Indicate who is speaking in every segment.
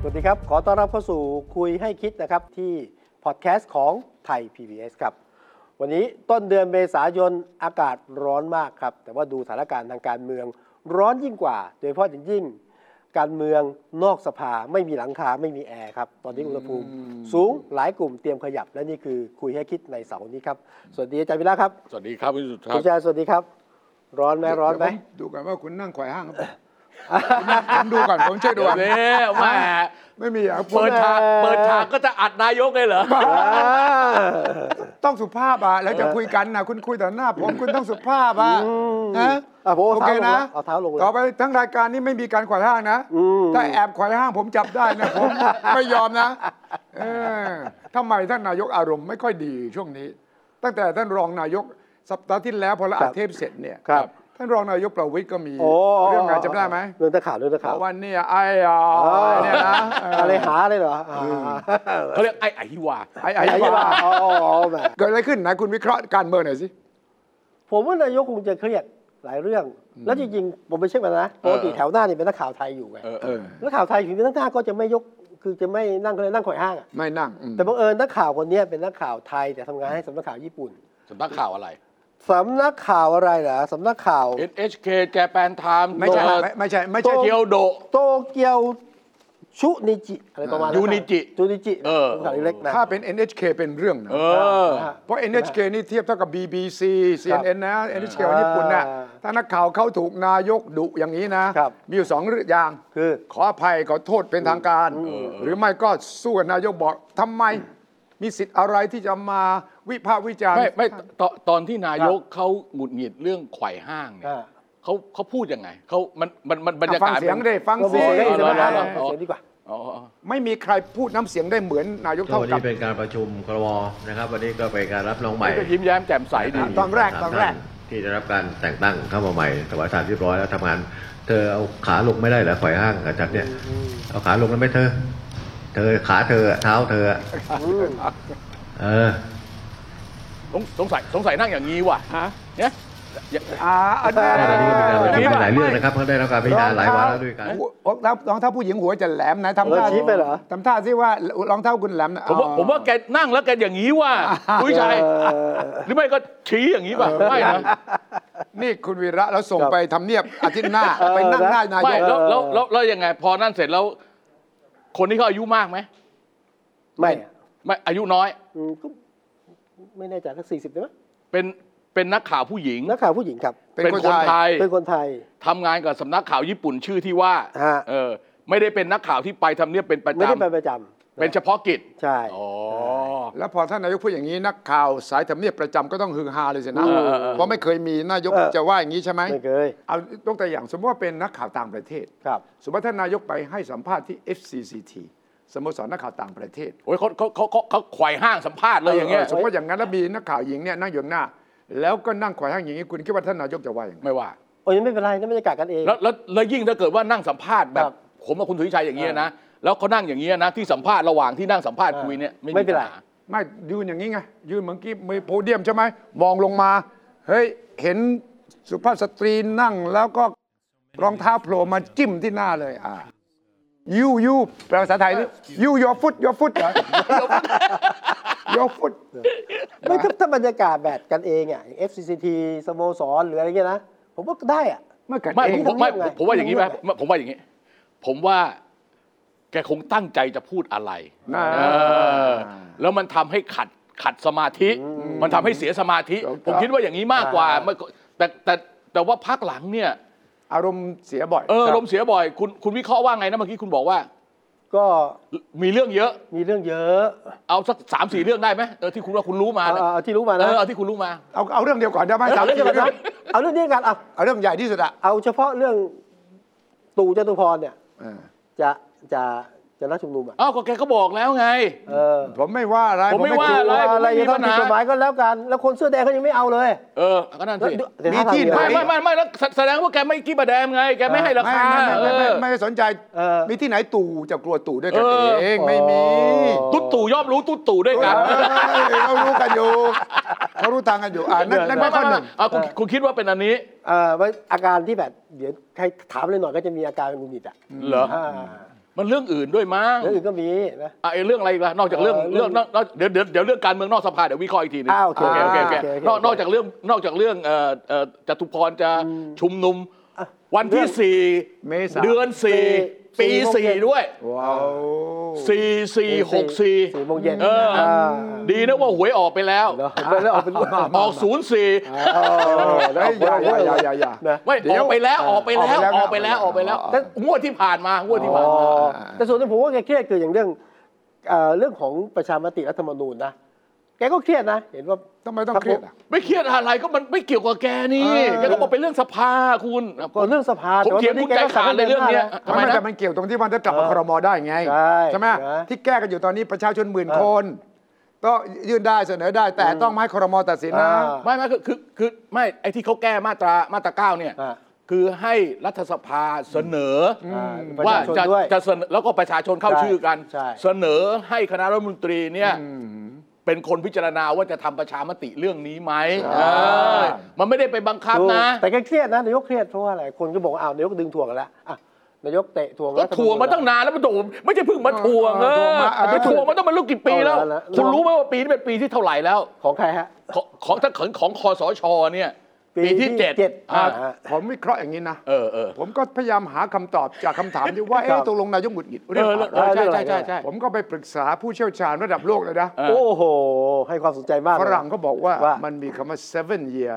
Speaker 1: สวัสดีครับ ขอต้อนรับเข้าสู่คุยให้คิดนะครับ ที่พอดแคสต์ของไทย PBS ครับ วันนี้ต้นเดือนเมษายนอากาศร้อนมากครับ แต่ว่าดูสถานการณ์ทางการเมือง ร้อนยิ่งกว่า โดยเฉพาะอย่างยิ่ง การเมืองนอกสภาไม่มีหลังคาไม่มีแอร์ครับ ตอนนี้อุณหภูมิ สูงหลายกลุ่มเตรียมขยับ และนี่คือคุยให้คิดในเสาร์นี้ครับ สวัสดีอาจารย์วิระครับ
Speaker 2: สวัสดีครับคุณสุดครั
Speaker 1: คุ
Speaker 2: บ
Speaker 1: ณอาจารย์สวัสดีครับ ร้อนไหมร้อนไหม
Speaker 3: เดี๋ยวผดูก่อนว่าคุณนั่งไขว่ห้างหรือเปล่าผมดูก่อนผมช่วยดู
Speaker 2: เดี๋ย
Speaker 3: ก่
Speaker 2: ว
Speaker 3: อน
Speaker 2: นี้แหม่
Speaker 3: ไม่มีอ่ะ
Speaker 2: เปิดทาง
Speaker 1: เออ
Speaker 2: เปิดทางก็จะอัดนายกเลยเหรอ
Speaker 1: อ่า
Speaker 3: ต้องสุภาพอ่ะแล้วจะคุยกันนะคุณคุยต่อหน้า ผมคุณต้องสุภาพอ่ะ
Speaker 1: อืม
Speaker 3: นะ
Speaker 1: อ่ะผมเอา
Speaker 3: โอเคนะ
Speaker 1: เท้าลงแล้วเอาเท้าลงเลย
Speaker 3: ต่อไปทั้งรายการนี้ไม่มีการไขว่ห้างนะ
Speaker 1: อืม
Speaker 3: ถ้าแอบไขว่ห้างผมจับได้นะผม ไม่ยอมนะเออทำไมท่านนายกอารมณ์ไม่ค่อยดีช่วงนี้ ตั้งแต่ท่านรองนายกสัปดาห์ที่แล้วพอละอาเทพเสร็จเนี่ย
Speaker 1: ครับ
Speaker 3: ท่านรองนายกประวิตยก็มี
Speaker 1: โอ้
Speaker 3: เรื่องงานจำได้ไหม
Speaker 1: เรื่องตะข่าวเรื่องตะ
Speaker 3: เพ
Speaker 1: ข่าว
Speaker 3: ราะว่าเนี่ยไอ้อ่ะ
Speaker 1: อ๋อ
Speaker 3: เนี่ยนะเ
Speaker 1: อะไรหาเลยเหรออ่า
Speaker 2: เขาเรียกไอ้อหิวา
Speaker 3: ไอ้
Speaker 1: ไอ้
Speaker 3: ไอ้
Speaker 1: ที่ว่า
Speaker 3: ว่า
Speaker 1: อ๋ออ๋อแหม
Speaker 3: เกิดอะไรขึ้นนะคุณวิเคราะห์การเมืองหน่อยสิ
Speaker 1: ผมว่านายกคงจะเครียดหลายเรื่อง แล้วจริงๆผมไปเช็คมานะปกติแถวหน้าเนี่ยเป็นนักข่าวไทยอยู่ไง
Speaker 2: เออเอ
Speaker 3: เอ
Speaker 2: อ
Speaker 3: อ
Speaker 1: นักข่าวไทยถึงเป็นนักหน้าก็จะไม่ยกคือจะไม่นั่งเลยนั่งข่อยห้างอะ
Speaker 3: ไม่นั่งอืม
Speaker 1: แต่บังเอิญนักข่าวคนเนี้ยเป็นนักข่าวไทยแต่ทำงานให้สำนักข่าวญี่ปุ่น
Speaker 2: สำนักข่าวอะไร
Speaker 1: สำนักข่าวอะไรเหรอสำนักข่าว
Speaker 2: NHK Japan Time
Speaker 3: ไม่ใช่
Speaker 2: เอ่อ
Speaker 3: ไม่ไม่ใช่ไม่ใช่
Speaker 2: เกียวโด
Speaker 1: โตเกียวชุนิจิอะไรประมาณนั้น
Speaker 2: ยูนิจิ
Speaker 1: ยูนิจิ
Speaker 2: เออ
Speaker 1: ข่าวเล็กๆนะ
Speaker 3: ถ้าเป็น NHK เป็นเรื่องนะ
Speaker 2: เออ
Speaker 1: นะฮะ
Speaker 3: เพราะ NHK นี่เทียบเท่ากับ BBC CNN นะ NHK ของญี่ปุ่นนะ
Speaker 1: อ่า
Speaker 3: ถ้านักข่าวเข้าถูกนายกดุอย่างนี้นะ
Speaker 1: ครับ
Speaker 3: มีอยู่สองอย่าง
Speaker 1: คือ
Speaker 3: ขออภัยขอโทษเป็นทางการ หรือไม่ก็สู้กับนายกบอกทำไม มีสิทธิ์อะไรที่จะมาวิพากษ์วิจารณ์
Speaker 2: ไม่ไม่ตอนตอนที่นายกเขาหงุดหงิดเรื่องไขว่ห้างเนี่ย
Speaker 1: อ่า
Speaker 2: เขาเขาพูดยังไงเขามันมันมันบรรยากาศ
Speaker 3: อ่ะฟังเสียง
Speaker 2: มัน
Speaker 3: ได้ฟัง
Speaker 1: เราบ
Speaker 3: เสี
Speaker 1: อก
Speaker 3: ยง
Speaker 1: ว่าได้เสียง
Speaker 2: สิอา
Speaker 1: นะ
Speaker 2: เอา
Speaker 1: เสียงดีกว่า
Speaker 2: อ๋ออ๋อ
Speaker 3: ไม่มีใครพูดน้ำเสียงได้เหมือนนายก
Speaker 4: ก็
Speaker 3: เท่า
Speaker 4: วัน
Speaker 3: กับ
Speaker 4: นี้เป็นการประชุมครมนะครับ วันนี้ก็เป็นการรับน้องใหม่
Speaker 2: ก็ยิ้มแย้มแจ่มใสดี
Speaker 3: ตอนแรกตอ
Speaker 4: สาม
Speaker 3: น
Speaker 4: ท่า
Speaker 3: แรก
Speaker 4: ที่ได้รับการแต่งตั้งเข้ามาใหม่สวัสดิการเรียบร้อยแล้วทำงาน เธอเอาขาลงไม่ได้เหรอข่อยห้างอาจารย์เนี่ยเอาขาลงแล้วไหม่เธอ เธอขาเธอเท้าเธอเออ
Speaker 2: สงสงสัยสงสัยนั่งอย่างนี้ว่ะ
Speaker 3: ฮะ
Speaker 2: เนี่ยอย่า
Speaker 3: อ่าอันนี้
Speaker 4: ตอนนี้ก็มีการประชุมกันหลายเรื่อง
Speaker 3: ไม่
Speaker 4: นะครับเขาได้รับการพิจารณาหลายวาระด้วยกัน
Speaker 3: รองเท้ารองเท้าผู้หญิงหัวจะแหลมนะทำท่า
Speaker 1: เออชี้ไปเหรอ
Speaker 3: ทำท่าสิว่ารองเท้าคุณแหลมนะ
Speaker 2: ผมว่า
Speaker 3: อ๋อ
Speaker 2: ผมว่าแกนั่งแล้วแกอย่างนี้ว่ะผู้ชายหรือไม่ก็ชี้อย่างนี้ป่ะไม่นะ
Speaker 3: นี่คุณวีระเราส่งไปทำเนียบอาทิตย์หน้า ไปนั่งหน้านาย
Speaker 2: ไม่
Speaker 3: ก
Speaker 2: แล้วแล้วแล้วแล้วยังไง พอนั่นเสร็จแล้ว คนที่เขาอายุมากไหม
Speaker 1: ไม่
Speaker 2: ไม่อายุน้อย
Speaker 1: อืมก็ไม่แน่ใจสักสี่สิบได้ไหม
Speaker 2: เป็นเป็นนักข่าวผู้หญิง
Speaker 1: นักข่าวผู้หญิงครับ
Speaker 3: เป็น
Speaker 2: เป็น
Speaker 3: คน
Speaker 2: คน
Speaker 3: ไท
Speaker 2: ไท
Speaker 3: ย
Speaker 2: ย
Speaker 1: เป็นคนไทย
Speaker 2: ทำงานกับสำนักข่าวญี่ปุ่นชื่อที่ว่า
Speaker 1: ฮะ
Speaker 2: เออไม่ได้เป็นนักข่าวที่ไปทำเนียบเป็นประ
Speaker 1: ไม่ได้ไป
Speaker 2: จำ
Speaker 1: ประจำ
Speaker 2: เป็นเฉพาะกิจ
Speaker 1: ใช่
Speaker 2: อ๋อ
Speaker 3: แล้วพอท่านนายกพูดอย่างนี้นักข่าวสายทำเนียบประจำก็ต้องฮือฮาเลยสินะ
Speaker 2: เออเออเออ
Speaker 3: เพราะไม่เคยมีนายกจะว่าอย่างนี้ใช่ไหม
Speaker 1: ไม่เคย
Speaker 3: เอายกตัวอย่างสมมติว่าเป็นนักข่าวต่างประเทศ
Speaker 1: ครับ
Speaker 3: สมมติว่าท่านนายกไปให้สัมภาษณ์ที่ FCCT สโมสรนักข่าวต่างประเทศ
Speaker 2: โอ้ยเขาเขาเขาเขาไขว่ห้างสัมภาษณ์เลยอย่างเงี้ย
Speaker 3: สมมติอย่างนั้นแล้วมีนักข่าวหญิงเนี่ยนั่งอยู่ข้างหน้า แล้วก็นั่งขวายห้างอย่างนี้คุณคิดว่าท่านนายกจะว่าอย่างไร
Speaker 2: ไม่ว่า
Speaker 1: โอ้ยไม่เป็นไรนั่นบรรยากาศกันเอง
Speaker 2: แล้วแล้วแล้วยิ่งถ้าเกิดว่านั่งสัมภาษณ์แบ
Speaker 1: ครับ บ
Speaker 2: ผมกับคุณสุวิชัยอย่างเงี้ยนะ แล้วเขานั่งอย่างเงี้ยนะ ที่สัมภาษณ์ระหว่างที่นั่งสัมภาษณ์คุยเนี่ยไม่
Speaker 1: ไม่
Speaker 2: มี
Speaker 1: เป็นไร
Speaker 2: ปัญหา
Speaker 3: ไม่ยืนอย่างนี้ไงยืนเหมือนกี้มือโพเดียมใช่ไหมมองลงมา เฮ้ย เห็นสุภาพสตรีนั่งแล้วก็รองเท้าโผล่มาจิ้มที่หน้าเลยอ่ายูยูแปลภาษาไทยนี่ยูยอฟุตยอฟุตเหรอยอฟุต
Speaker 1: ไม่ถ้าถ้าบรรยากาศแบบกันเองอ่ะอย่าง FCCT สโมสรหรืออะไรเงี้ยนะ ผมว่าก็ได้อ่ะ
Speaker 3: ไม่กัน
Speaker 2: ไม่
Speaker 3: เอ
Speaker 2: ผ
Speaker 3: ง
Speaker 2: มผม
Speaker 1: ทำเรื่องไง
Speaker 2: ไม่ผมว่าอย่างนี้ไหม
Speaker 1: ทำเรื่องไง
Speaker 2: ผมว่าอย่างนี้ ผมว่าแกคงตั้งใจจะพูดอะไร
Speaker 3: นะ
Speaker 2: เออแล้วมันทำให้ขัดขัดสมาธิ มันทำให้เสียสมาธิ
Speaker 3: ถูกต้อง
Speaker 2: ผมคิดว่าอย่างนี้มากกว่า
Speaker 1: อ่า
Speaker 2: ไม่ก็แต่แต่แต่ว่าพักหลังเนี่ย
Speaker 3: อารมณ์เสียบ่อย
Speaker 2: เออลมณ์เสียบ่อย คุณคุณวิเคราะห์ว่าไงนะเมื่อกี้คุณบอกว่า
Speaker 1: ก็
Speaker 2: มีเรื่องเยอะ
Speaker 1: มีเรื่องเยอะ
Speaker 2: เอาสักสามสี่เรื่องได้ไหมเออที่คุณว่าคุณรู้มา
Speaker 1: เอา
Speaker 2: เนี่ย
Speaker 1: เอาเอาที่รู้มา
Speaker 2: เอ
Speaker 1: นะ
Speaker 2: อเอาที่คุณรู้มา
Speaker 3: เอาเอาเรื่องเดียวก่อนได้ไหมสา
Speaker 1: เอา
Speaker 3: ม
Speaker 1: เรื่อง
Speaker 3: สี่
Speaker 1: เดียวกันนะ
Speaker 3: เรื่อง
Speaker 1: เอาเรื่องเดียวกันเอา
Speaker 3: เอาเรื่องใหญ่ที่สุดอะ
Speaker 1: เอาเฉพาะเรื่องตู่จตุพรเนี่ย
Speaker 3: เออ
Speaker 1: จะจะ จะนัดชุมนุมอ่ะ
Speaker 2: เอ้าก็แกก็บอกแล้วไง
Speaker 1: เออ
Speaker 3: ผมไม่ว่าอะไร
Speaker 2: ผมไม่ว่า
Speaker 3: กลั
Speaker 2: ไร
Speaker 1: อะไร
Speaker 2: ผมไม่มี
Speaker 1: จะต้อง
Speaker 2: ปั
Speaker 1: ผิ
Speaker 2: ญ
Speaker 1: ด
Speaker 2: หา
Speaker 1: กฎหมายก็แล้วกัน แล้วคนเสื้อแดงเขายังไม่เอาเลย
Speaker 2: เออก็นั่น
Speaker 1: แล้ว
Speaker 2: สิ
Speaker 1: แต่ถ้า
Speaker 3: มีที่
Speaker 1: ทำ
Speaker 2: ไม่
Speaker 1: ยังง
Speaker 2: ไม่ไม่ไม่แล้วแสแสดงว่าแกไม่กี่ประแดมไง แกไม่ให้รา
Speaker 3: ไม่
Speaker 2: คา
Speaker 3: ไม่ไม่ไม่ไม่
Speaker 2: เออ
Speaker 3: ไม่สนใจ
Speaker 1: เออ
Speaker 3: มีที่ไหนตู่จะกลัวตู่ด้วยกัน
Speaker 2: เออ
Speaker 3: เองไม่มี
Speaker 2: ตุ๊ดตู่ย่อมรู้ตุ๊ดตู่ด้วยกัน
Speaker 3: เอ้ยเขารู้กันอยู่เขารู้ทางกันอยู่อ่านั่นนั่น
Speaker 2: ไม่
Speaker 3: ก็ข้
Speaker 2: ไม่ไม่
Speaker 3: อหนึ่ง
Speaker 2: เอาคุณคุณคิดว่าเป็นอันนี้
Speaker 1: เออว่าอาการที่แบบเดี๋ยวใครถามเลยหน่อยก็จะมีอาการหงุดหงิดอ่ะ
Speaker 2: เหรอ
Speaker 1: อ่า
Speaker 2: มันเรื่องอื่นด้วยมั้ง
Speaker 1: แล้วอื่นก็มีนะ
Speaker 2: อ่ะไอ้เรื่องอะไรอีกล่ะนอกจากเรื่อง
Speaker 1: เออเรื่
Speaker 2: เรื่อ
Speaker 1: อง
Speaker 2: งนอกนอกเดี๋ยวเดี๋ยวเดี๋ยวเรื่องการเมืองนอกสภาเดี๋ยววิเคราะห์อีกทีหนึง
Speaker 1: อ้าวโอเค
Speaker 2: โอเคโอเค
Speaker 1: โอเคโอเคน
Speaker 2: อกนอกจากเรื่องนอกจากเรื่องเอ่อเอ่อจตุพรจะชุมนุม วันที่สี่
Speaker 3: เมษา
Speaker 2: เดือนสี่
Speaker 1: สี่
Speaker 2: ปี
Speaker 1: หกเจ็ด
Speaker 2: สี่ด้วย
Speaker 3: ว้าว
Speaker 2: สี่สี่หกสี่
Speaker 1: สี่โมงเย็น
Speaker 2: เอออ่
Speaker 1: า
Speaker 2: ดีนะว่าหวยออกไปแล้ว
Speaker 1: เหรอไม่ได้ออกเป็นรูป
Speaker 2: ออกศูนย์สี่
Speaker 1: เออ
Speaker 3: เฮ้ยอย่าอย่าอย่าอย่าอย่า
Speaker 1: นะ
Speaker 2: ไม่
Speaker 3: เดี๋
Speaker 2: อ
Speaker 3: ยว
Speaker 2: อกไปแล้วออกไปแล้วอ
Speaker 3: อ
Speaker 2: อ
Speaker 3: อก ก
Speaker 2: ไป
Speaker 3: ไปแล้
Speaker 2: แล้ว
Speaker 3: ว
Speaker 2: ออกไปแล้ว
Speaker 3: อ๋อ
Speaker 2: แต่งวดที่ผ่านมางวดที่ผ่าน
Speaker 1: อ๋
Speaker 2: มา
Speaker 1: อแต่ส่วนที่ผมว่าแกเครียดคืออย่างเรื่องเอ่อเรื่องของประชามติรัฐธรรมนูญนะ แกก็เครียดนะ เห็นว่า
Speaker 3: ทำไมต้องเครียดอ่ะ
Speaker 2: ไม่เครียดอะไรก็มันไม่เกี่ยวกับแกนี่
Speaker 3: เออ
Speaker 2: แกก็บอกเป็นเรื่องสภาคุณ
Speaker 1: ก็เรื่องสภา
Speaker 2: ผมเถียงคุณใจขาดเลยเรื่องเนี้ย
Speaker 1: แต่
Speaker 2: ทำ
Speaker 1: ว่า
Speaker 2: ไม
Speaker 3: ไม่
Speaker 2: นะ
Speaker 3: แต่มันเกี่ยวตรงที่ว่าจะกลับมาครมได้ไง
Speaker 1: ใช่
Speaker 3: ไหม
Speaker 1: ใช่
Speaker 3: ที่แก้กันอยู่ตอนนี้ประชาชนหมื่นคนก็ยื่นได้เสนอได้ แต่ต้องมาให้ครมตัดสินนะ
Speaker 2: ไม่ไม่คือคือคือไม่ไอ้ที่เขาแก้มาตรามาตราเก้าเนี่ย
Speaker 1: อ่า
Speaker 2: คือให้รัฐสภาเสนออ
Speaker 1: อ่า
Speaker 2: ว่า
Speaker 1: ประชชน
Speaker 2: จะ
Speaker 1: ด้วย
Speaker 2: จะเสนอแล้วก็ประชาชนเข้า
Speaker 1: ใช่
Speaker 2: ชื่อกัน
Speaker 1: ใช่
Speaker 2: เสนอให้คณะรัฐมนตรีเนี่ยเป็นคนพิจารณาว่าจะทำประชามติเรื่องนี้ไหมเออมันไม่ได้ไปบังคับ
Speaker 1: ดู
Speaker 2: นะ
Speaker 1: แต่แกเครียดนะนายกเครียดเพราะว่าอะไร คนก็บอกว่าอ้าวนายกดึงถ่วงกันแล้วอ่ะนายกเตะถ่วง
Speaker 2: ก็
Speaker 1: รัฐธรร
Speaker 2: ท
Speaker 1: นูญ
Speaker 2: วงมาตั้งนานแล้วมันโดนไม่ใช่เพิ่งมาทวงเอ
Speaker 3: เอ
Speaker 2: อ
Speaker 3: อทวงมาเออ
Speaker 2: ไปทวงมาต้องมาลูกกี่ปีแล้ว
Speaker 1: เอาละละ
Speaker 2: คุณรู้ไหมว่าปีนี้เป็นปีที่เท่าไหร่แล้ว
Speaker 1: ของใครฮะ
Speaker 2: ของของถ้าของของคอสชเนี่ย ปีที่เจ็ด
Speaker 1: เจ็ด
Speaker 2: อ่า
Speaker 1: อ่า
Speaker 3: ผมวิเคราะห์อย่างนี้นะ
Speaker 2: เออเออ
Speaker 3: ผมก็พยายามหาคำตอบจากคำถามที่ว่า
Speaker 1: ครั
Speaker 3: เอ๊ะ
Speaker 1: บ
Speaker 3: ตกลงนายกหงุดหงิด
Speaker 2: เอ
Speaker 3: เรื่อง
Speaker 2: อ
Speaker 3: อะไร
Speaker 2: เออใช่ใช่ใช่ใช่
Speaker 3: ผมก็ไปปรึกษาผู้เชี่ยวชาญระดับโลกเลยนะ
Speaker 2: อ่า
Speaker 1: โอ้โห ให้ความสนใจมาก
Speaker 3: ฝรั่งก็บอกว่า
Speaker 1: ว่า
Speaker 3: มันมีคำว่า seven year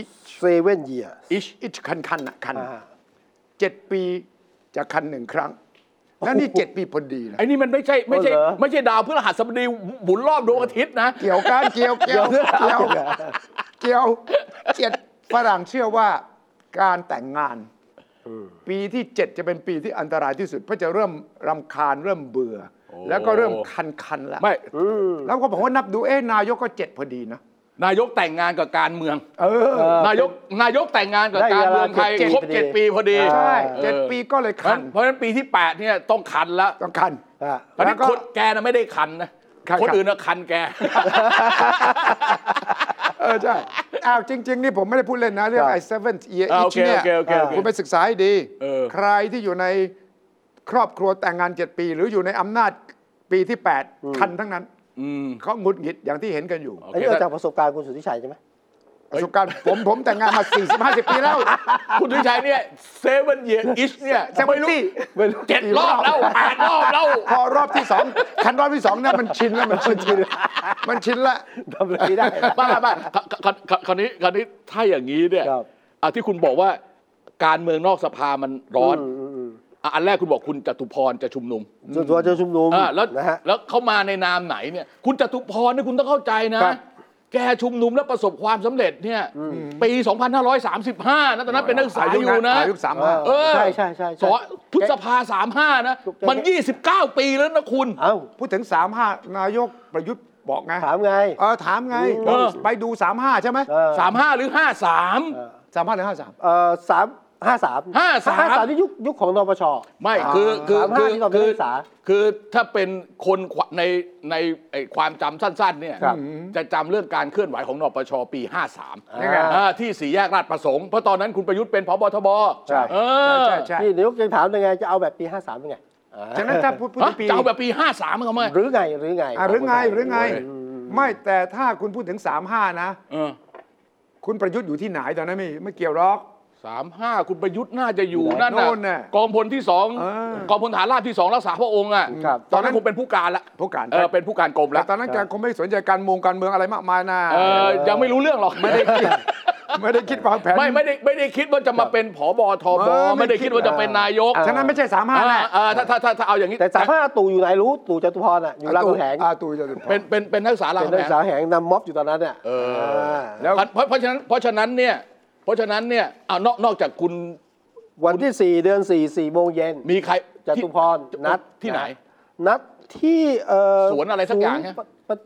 Speaker 3: each
Speaker 1: เซเว่นเยีย
Speaker 3: each each คันคันๆอะคัน
Speaker 1: อ่า
Speaker 3: เจ็ดปีจะคันหนึ่งครั้ง แล้วนี่เจ็ดปีพอดีนะ
Speaker 2: ไอ้นี่มันไม่ใช่ไม่ใช่
Speaker 1: เหรอ
Speaker 2: ไม่ใช่ดาวพฤหัสบดีหมุนรอบดวงอาทิตย์นะ
Speaker 3: เกี่ยวกันเกี่ยวเกี่ยวเกี่ยวเกี่ยวเจ็ดฝรั่งเชื่อว่าการแต่งงาน ปีที่เจ็ดจะเป็นปีที่อันตรายที่สุด เพราะจะเริ่มรำคาญเริ่มเบื่อ แล้วก็เริ่มคันคันๆแล้ว
Speaker 2: ไม่
Speaker 3: แล้วก็บอกว่านับดูเอ๊ะนายกก็เจ็ดพอดีนะ
Speaker 2: นายกแต่งงานกับการเมือง
Speaker 3: เออ
Speaker 2: นายกนายกแต่งงานกับ
Speaker 1: ได้
Speaker 2: การ
Speaker 1: เวลา
Speaker 2: เมืองไทย
Speaker 1: เจ็ดปี
Speaker 2: ครบเจ็ด
Speaker 1: พอดี
Speaker 2: ปีพอดี
Speaker 3: ใช่
Speaker 2: ออ
Speaker 3: เจ็ดปีก็เลยคัน
Speaker 2: เพราะฉะนั้นปีที่แปดเนี่ยต้องคันละ
Speaker 3: ต้องคัน
Speaker 1: อ่ะ
Speaker 2: ตอนนี้
Speaker 3: แล้วก็
Speaker 2: คนแกน่ะไม่ได้คันนะ
Speaker 3: คัน
Speaker 2: คน
Speaker 3: ครับ
Speaker 2: อื่นน่ะคันแก
Speaker 3: เออใช่อ้าวจริง ๆ นี่ผมไม่ได้พูดเล่นนะ เรื่อง
Speaker 1: ครับ
Speaker 3: ไอ้ seventh year
Speaker 2: อ่าโอ
Speaker 3: itch
Speaker 2: เค
Speaker 3: เนี่ย
Speaker 2: โอเคโอเคโอเค
Speaker 3: คุณไปศึกษาให้ดี
Speaker 2: เออ
Speaker 3: ใครที่อยู่ในครอบครัวแต่งงาน 7 ปี หรืออยู่ในอำนาจปีที่ 8 คันทั้งนั้น
Speaker 2: อืม
Speaker 3: เขาหงุดหงิดอย่างที่เห็นกันอยู่
Speaker 2: โอ
Speaker 1: อัน
Speaker 2: เค
Speaker 1: นี้เอา
Speaker 2: แต่
Speaker 1: จากประสบการณ์คุณสุทธิชัยใช่ไหม
Speaker 3: ประสบการณ์ ผมผมแต่งงานมา 4 0 50 ปีแล้ว
Speaker 2: คุณดุชัยเนี่ยเซเว่นเยียอิชเนี่ยจะไม่รู้
Speaker 3: ไม่รู้
Speaker 2: เจ็ดรอบแล้วแปดรอบแล้ว
Speaker 3: พอรอบที่ 2 คันรอบที่2เนี่ยมันชินแล้วมันชินมันชินละ
Speaker 1: ทำอะไรไม่ได้
Speaker 2: บ้าบ้าคราวคราวคราวนี้คราวนี้ถ้าอย่างนี้เนี่ย
Speaker 1: ครับ
Speaker 2: อ่ะที่คุณบอกว่าการเมืองนอกสภามันร้อน
Speaker 1: อืมอืมอืม
Speaker 2: อ่ะอันแรกคุณบอกคุณจตุพรจะชุมนุม
Speaker 1: ส่วนตัวจะชุมนุม
Speaker 2: อ่ะแล้ว
Speaker 1: นะฮะ
Speaker 2: แล้วเขามาในนามไหนเนี่ย คุณจตุพรเนี่ยคุณต้องเข้าใจนะ
Speaker 1: ครับ
Speaker 2: แกชุมนุมแล้วประสบความสำเร็จเนี่ยปี 2535นะตอนนั้นเป็นนักศึกษาอยู่นะ
Speaker 3: อายุสามห้า
Speaker 2: เออ
Speaker 1: ใช่ใช่ใช่ใช่
Speaker 2: สอพฤษภาสามห้านะ
Speaker 1: ถูกต้อง
Speaker 2: มัน 29 ปีแล้วนะคุณ
Speaker 1: เอ้า
Speaker 3: พูดถึง 35 นายกประยุทธ์บอกไง
Speaker 1: ถามไง
Speaker 3: เออถามไง
Speaker 2: เออ
Speaker 3: ไปดู 35 ใช่ไหม
Speaker 1: เออ
Speaker 2: 35 หรือ
Speaker 1: เออ
Speaker 2: 53
Speaker 3: สามห้าหรือห้าสาม
Speaker 1: เอ่อสามห้าสาม
Speaker 2: 53
Speaker 1: ห้าสามนี่ยุคยุคของนปช
Speaker 2: ไม่คือคือ
Speaker 1: 35
Speaker 2: คือ
Speaker 1: ที่เราไป
Speaker 2: คือ
Speaker 1: ศึกษา
Speaker 2: คือถ้าเป็นคนขวในในไอ้ความจำสั้นๆเนี่ย
Speaker 1: ครับ
Speaker 2: จะจำเรื่องการเคลื่อนไหวของนปชปี 53
Speaker 1: นี่ไง
Speaker 2: อ่าที่สี่แยกราชประสงค์เพราะตอนนั้นคุณประยุทธ์เป็นพบทบ
Speaker 1: ใช่
Speaker 2: เออ
Speaker 3: ใช่ใช่
Speaker 1: นี่นายกยังถามยังไง จะเอาแบบปีห้าสามยังไง
Speaker 3: ฉะนั้นถ้าพูดพูด
Speaker 2: ฮะ
Speaker 3: ถึงปี
Speaker 2: จะเอาแบบปี 53มั้งเขาไหม
Speaker 1: หรือไงหรือไง
Speaker 3: อ่ะหรือไงหรือไง
Speaker 1: อืม
Speaker 3: ไม่แต่ถ้าคุณพูดถึง 35 นะ
Speaker 2: เออ
Speaker 3: คุณประยุทธ์อยู่ที่ไหนตอนนั้นไม่ไม่เกี่ยวหรอก
Speaker 2: สามห้าคุณประยุทธ์น่าจะอยู่
Speaker 3: อยู่ไหน
Speaker 2: นั่น
Speaker 3: โน่นน่ะ
Speaker 2: กองพลที่สอง
Speaker 3: เออก
Speaker 2: องพลฐานราบที่สองรักษาพระองค์อ่ะ
Speaker 1: ครับ
Speaker 2: ตอนนั้น
Speaker 3: ตอนนั้น
Speaker 2: คงเป็นผู้การละ
Speaker 3: ผู้การ
Speaker 2: เออเป็นผู้การกรม
Speaker 3: แต่
Speaker 2: ละ
Speaker 3: ตอนนั้นแกคงไม่สนใจการมงการเมืองอะไรมากมายนะ
Speaker 2: เออยังไม่รู้เรื่องหรอก
Speaker 3: ไม่ได้คิดไม่ได้คิดวางแผน
Speaker 2: ไม่ไม่ได้ไม่ได้คิดว่าจะมาเป็นผบทบ
Speaker 3: เออไม่
Speaker 2: ไม่ได้
Speaker 3: คิ
Speaker 2: คิด
Speaker 3: ด
Speaker 2: ว่าจะเป็นนายก
Speaker 3: ฉะนั้นไม่ใช่
Speaker 2: อ่า
Speaker 3: 35แน่
Speaker 2: อ่าถ้าถ้าถ้าถ้าเอาอย่างนี้
Speaker 1: แต่สามห้าตู่อยู่ไหนรู้ตู่จตุพรอ่ะอยู่รามคำแหง
Speaker 3: อ่าตู่จตุพร
Speaker 2: เป็นเป็นเป็นนักศึกษาลา
Speaker 1: เป็นนักศึกษาแหงนำม็อบอยู่ตอนนั้นเนี่ยา
Speaker 3: แล้ว
Speaker 2: เพราะเพราะเพราะฉะนั้นเพราะฉะนั้นเนี่ยเพราะฉะนั้นเนี่ยเอานอกนอกจากคุณ
Speaker 1: วันที่สี่เดือนสี่สี่โมงเย็น
Speaker 2: มีใคร
Speaker 1: จตุพรนัด
Speaker 2: ที่ไหน
Speaker 1: นัดที่เอ่
Speaker 2: สวนอะไรสักอย่าง
Speaker 1: ศูน
Speaker 2: เนี่ย
Speaker 1: ปะปะ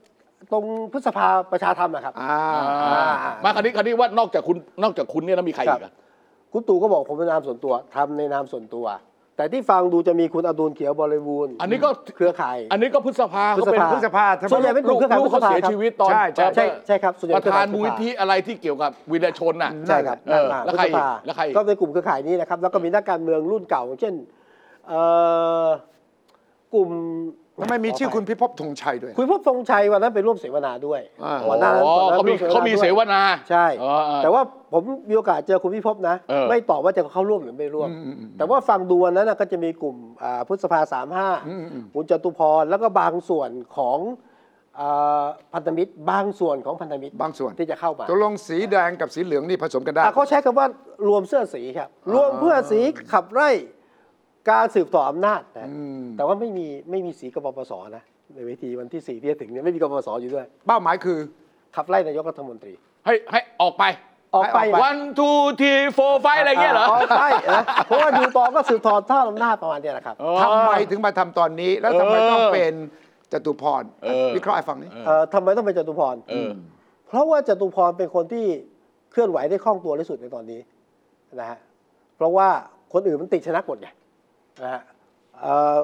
Speaker 1: ตรงพฤษภาประชาธรรมอะครับ
Speaker 3: อ่า
Speaker 2: อ่ามาคราวนี้คราวนี้ว่านอกจากคุณนอกจากคุณเนี่ยแล้วมีใครอีก
Speaker 1: ครั
Speaker 2: อ่ะ
Speaker 1: บ คุณตู่ก็บอกผมเป็นนามส่วนตัวทำในนามส่วนตัว แต่ที่ฟังดูจะมีคุณอดุลเขียวบริบูรณ์
Speaker 2: อันนี้ก็
Speaker 1: เครือข่าย
Speaker 2: อันนี้ก็พฤษภา
Speaker 1: พฤ
Speaker 2: เขา
Speaker 1: ษ
Speaker 2: เป็น
Speaker 1: ภา
Speaker 3: พฤษภาทำ
Speaker 1: ส่วนให
Speaker 3: ไม
Speaker 1: ญ่เป็นกลุ่มเครือข่าย
Speaker 2: ลูก
Speaker 1: พฤ
Speaker 2: เขา
Speaker 1: ษภา
Speaker 2: เสีย
Speaker 1: ครับ
Speaker 2: ชีวิตตอน
Speaker 3: ใช่ใช่
Speaker 1: ใช่ใช่ครับส่วนใหญ่
Speaker 2: ประธาน
Speaker 1: เป็
Speaker 2: มู
Speaker 1: เค
Speaker 2: ล
Speaker 1: รือ
Speaker 2: นิ
Speaker 1: ข่ยพฤษภ
Speaker 2: ธิอะไรที่เกี่ยวกับวีรชนน่ะ
Speaker 1: ใช่ครับ
Speaker 2: เออ
Speaker 1: มาก
Speaker 2: แล้วใคร
Speaker 1: พฤษภา
Speaker 2: แล้วใครอีก
Speaker 1: ก็เป็นกลุ่มเครือข่ายนี้นะครับ แล้วก็มีนักการเมืองรุ่นเก่า เช่นเอ่อกลุ่ม
Speaker 3: ทำไมมีชื่อคุณพิภพธงชัยด้วย
Speaker 1: คุยพบทรงชัยวันนั้นไปร่วมเสวนาด้วย
Speaker 3: อ่า
Speaker 1: ก่อนหน้านั้น
Speaker 2: อ๋อ
Speaker 1: ก่อนหน้
Speaker 2: เขามี
Speaker 1: นั้น
Speaker 2: เขามีเสวนา
Speaker 1: ใช่
Speaker 2: อ๋ออ๋อ
Speaker 1: แต่ว่าผมมีโอกาสเจอคุณพิภพนะ
Speaker 2: เออ
Speaker 1: ไม่ตอบว่าจะเข้าร่วมหรือไม่ร่วม แต่ว่าฟังดูวันนั้นนะก็จะมีกลุ่มอ่าพุทธสภาสามห้าคุณจตุพรแล้วก็บางส่วนของอ่าพันธมิตร บางส่วนของพันธมิตร
Speaker 3: บางส่วน
Speaker 1: ที่จะเข้ามา
Speaker 3: ตกลงสีแดงกับสีเหลืองนี่ผสมกันได้
Speaker 1: อ่ะเขาใช้คำว่ารวมเสื้อสีครับ รวมเพื่อสีขับไล่การสืบต่ออำนาจนะ
Speaker 3: อืม
Speaker 1: แต่ว่าไม่มีไม่มีสีกบปสนะ ในเวทีวันที่สี่ที่จะถึงเนี่ยไม่มีกบปสอยู่ด้วย
Speaker 3: เป้าหมายคือ
Speaker 1: ขับไล่นายกรัฐมนตรี
Speaker 2: ให้ให้ออกไป
Speaker 1: ออกไป
Speaker 3: ให้ออกไป
Speaker 2: วันทูทีโฟไฟอะไรเงี้ยเหรอ
Speaker 1: ออกไปนะเพราะว่าดูตองก็สืบทอดท่าดอำนาจประมาณเนี้แหละครับ
Speaker 2: อ๋อ
Speaker 3: ทำไมถึงมาทำตอนนี้ แล้วทำไมต้อง
Speaker 2: เออ
Speaker 3: เป็นจตุพร
Speaker 2: เออ
Speaker 3: วิเคราะห์ให้ฟังนี้
Speaker 1: เอ่อทำไมต้องเป็นจตุพร
Speaker 2: เออ
Speaker 1: เพราะว่าจตุพรเป็นคนที่เคลื่อนไหวได้คล่องตัวที่สุดในตอนนี้นะฮะ เพราะว่าคนอื่นมันติดชนะหมดไงนะฮะเอ่อ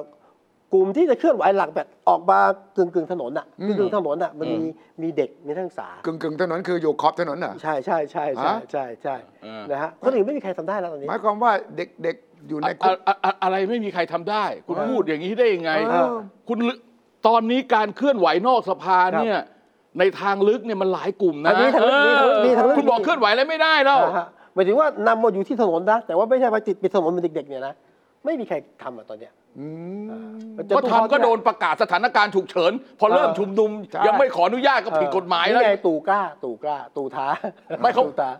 Speaker 1: กลุ่มที่จะเคลื่อนไหวหลักแบบออกมากึ่งกึ่งๆถนนอ่ะกึ่งกึ่งๆถนนอ่ะมันมีมีเด็กมีนักศึกษาก
Speaker 3: ึ่งกึ่งๆถนนคืออยู่ขอบถนนเหรอ
Speaker 1: ใช่ใช่ใช่ใช่
Speaker 3: ฮะ
Speaker 1: ใช่ใช่
Speaker 2: เออ
Speaker 1: นะฮะคนอื่นไม่มีใครทำได้แล้วตอนนี้
Speaker 3: หมายความว่าเด็กๆอยู่ในคุ
Speaker 2: อะ
Speaker 3: ก
Speaker 2: อะอะอะไรไม่มีใครทำได้ คุณ
Speaker 3: เออ
Speaker 2: พูดอย่างนี้ได้ยังไง
Speaker 3: เออ
Speaker 2: คุณลึตอนนี้การเคลื่อนไหวนอกสภาเนี่ย ในทางลึกเนี่ยมันหลายกลุ่มนะ
Speaker 1: อันนี้ทางลึก
Speaker 2: เออ
Speaker 1: มีทางลึกมีทางลึก
Speaker 2: คุณบอกเคลื่อนไหวอะไรไม่ได้แล้ว
Speaker 1: นะฮะหมายถึงว่านำมาอยู่ที่ถนนนะแต่ว่าไม่ใช่ไปติดปิดถนนเหมันเด็กๆเนี่ยนะไม่มีใครทำอ่ะตอนเนี้ย
Speaker 3: อืม
Speaker 1: จตุพร
Speaker 2: ก็ทำก็
Speaker 1: เนี่ย
Speaker 2: โดนประกาศสถานการณ์ฉุกเฉิน พอเริ่ม
Speaker 1: เออ
Speaker 2: ชุมนุม
Speaker 3: ใช่
Speaker 2: ยังไม่ขออนุญาตก็ผิดกฎหมายแล้ว
Speaker 1: นี่ไงตู่กล้า ตู่กล้า ตู่ท้า
Speaker 2: ไม่เขา
Speaker 1: ตู่ท้า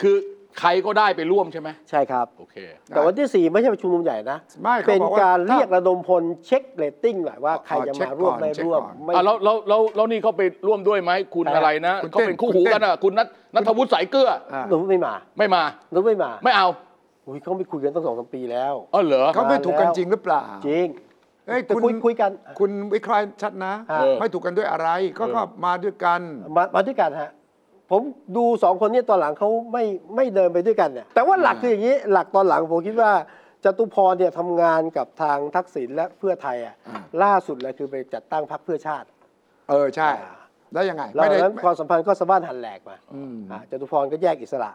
Speaker 2: คือใครก็ได้ไปร่วมใช่ไหม
Speaker 1: ใช่ครับ
Speaker 2: โอเค
Speaker 1: แต่วันที่4ไม่ใช่ประชุมนุมใหญ่นะ
Speaker 3: ไม่เขา
Speaker 1: เป็น
Speaker 3: บอกว่า
Speaker 1: การเรียกระดมพลเช็คเรตติ้งหน่อยว่า
Speaker 3: อ๋อ
Speaker 1: ใครจะ
Speaker 3: เช็ค
Speaker 1: มา
Speaker 3: ก่อน
Speaker 1: ร่วมไม่
Speaker 3: เช็ค
Speaker 1: ร่วม
Speaker 3: ก่อน
Speaker 1: ไม่
Speaker 2: อ่ะแล้วแล้วแล้วแล้วนี่เขาไปร่วมด้วยไหมคุณ
Speaker 1: ใช่
Speaker 2: อะไรนะ
Speaker 3: คุณ
Speaker 2: เขา
Speaker 3: เต้น
Speaker 2: เป็นคู่หู
Speaker 3: คุณเต้น
Speaker 2: กันอ่ะคุณนัทนัทวุฒิสายเกลือ
Speaker 3: อ่า
Speaker 1: หนูไม่มา
Speaker 2: ไม่มา
Speaker 1: หนูไม่มา
Speaker 2: ไม่เอา
Speaker 1: อุ้ยเขาไม่คุยกันตั้งสองสามปีแล้ว
Speaker 2: อ๋อเหรอ
Speaker 3: เขาไม่ถูกกันจริงหรือเปล่า
Speaker 1: จริง
Speaker 3: เอ้ย
Speaker 1: แต่คุยคุยกัน
Speaker 3: คุณวิเคราะห์ชัดนะ
Speaker 1: อ่า
Speaker 3: ไม่ถูกกันด้วยอะไร ก็
Speaker 2: เออ
Speaker 3: ก็มาด้วยกัน
Speaker 1: มามาด้วยกันฮะ ผมดูสองคนเนี้ตอนหลังเขาไม่ไม่เดินไปด้วยกันเนี่ย แต่ว่าหลักคืออย่างนี้ หลักตอนหลังผมคิดว่าจตุพรเนี่ยทำงานกับทางทักษิณและเพื่อไทยอ่ะล่าสุดเลยคือไปจัดตั้งพรรคเพื่อชาติ
Speaker 3: เออใช่ แล้วยังไง
Speaker 1: หลั
Speaker 3: ไม่
Speaker 1: ง
Speaker 3: ได้
Speaker 1: จากนั้นความสัมพันธ์ก็สะบ้านหันแหลกมา
Speaker 3: อืม
Speaker 1: อ่าจตุพรก็แยกอิสระ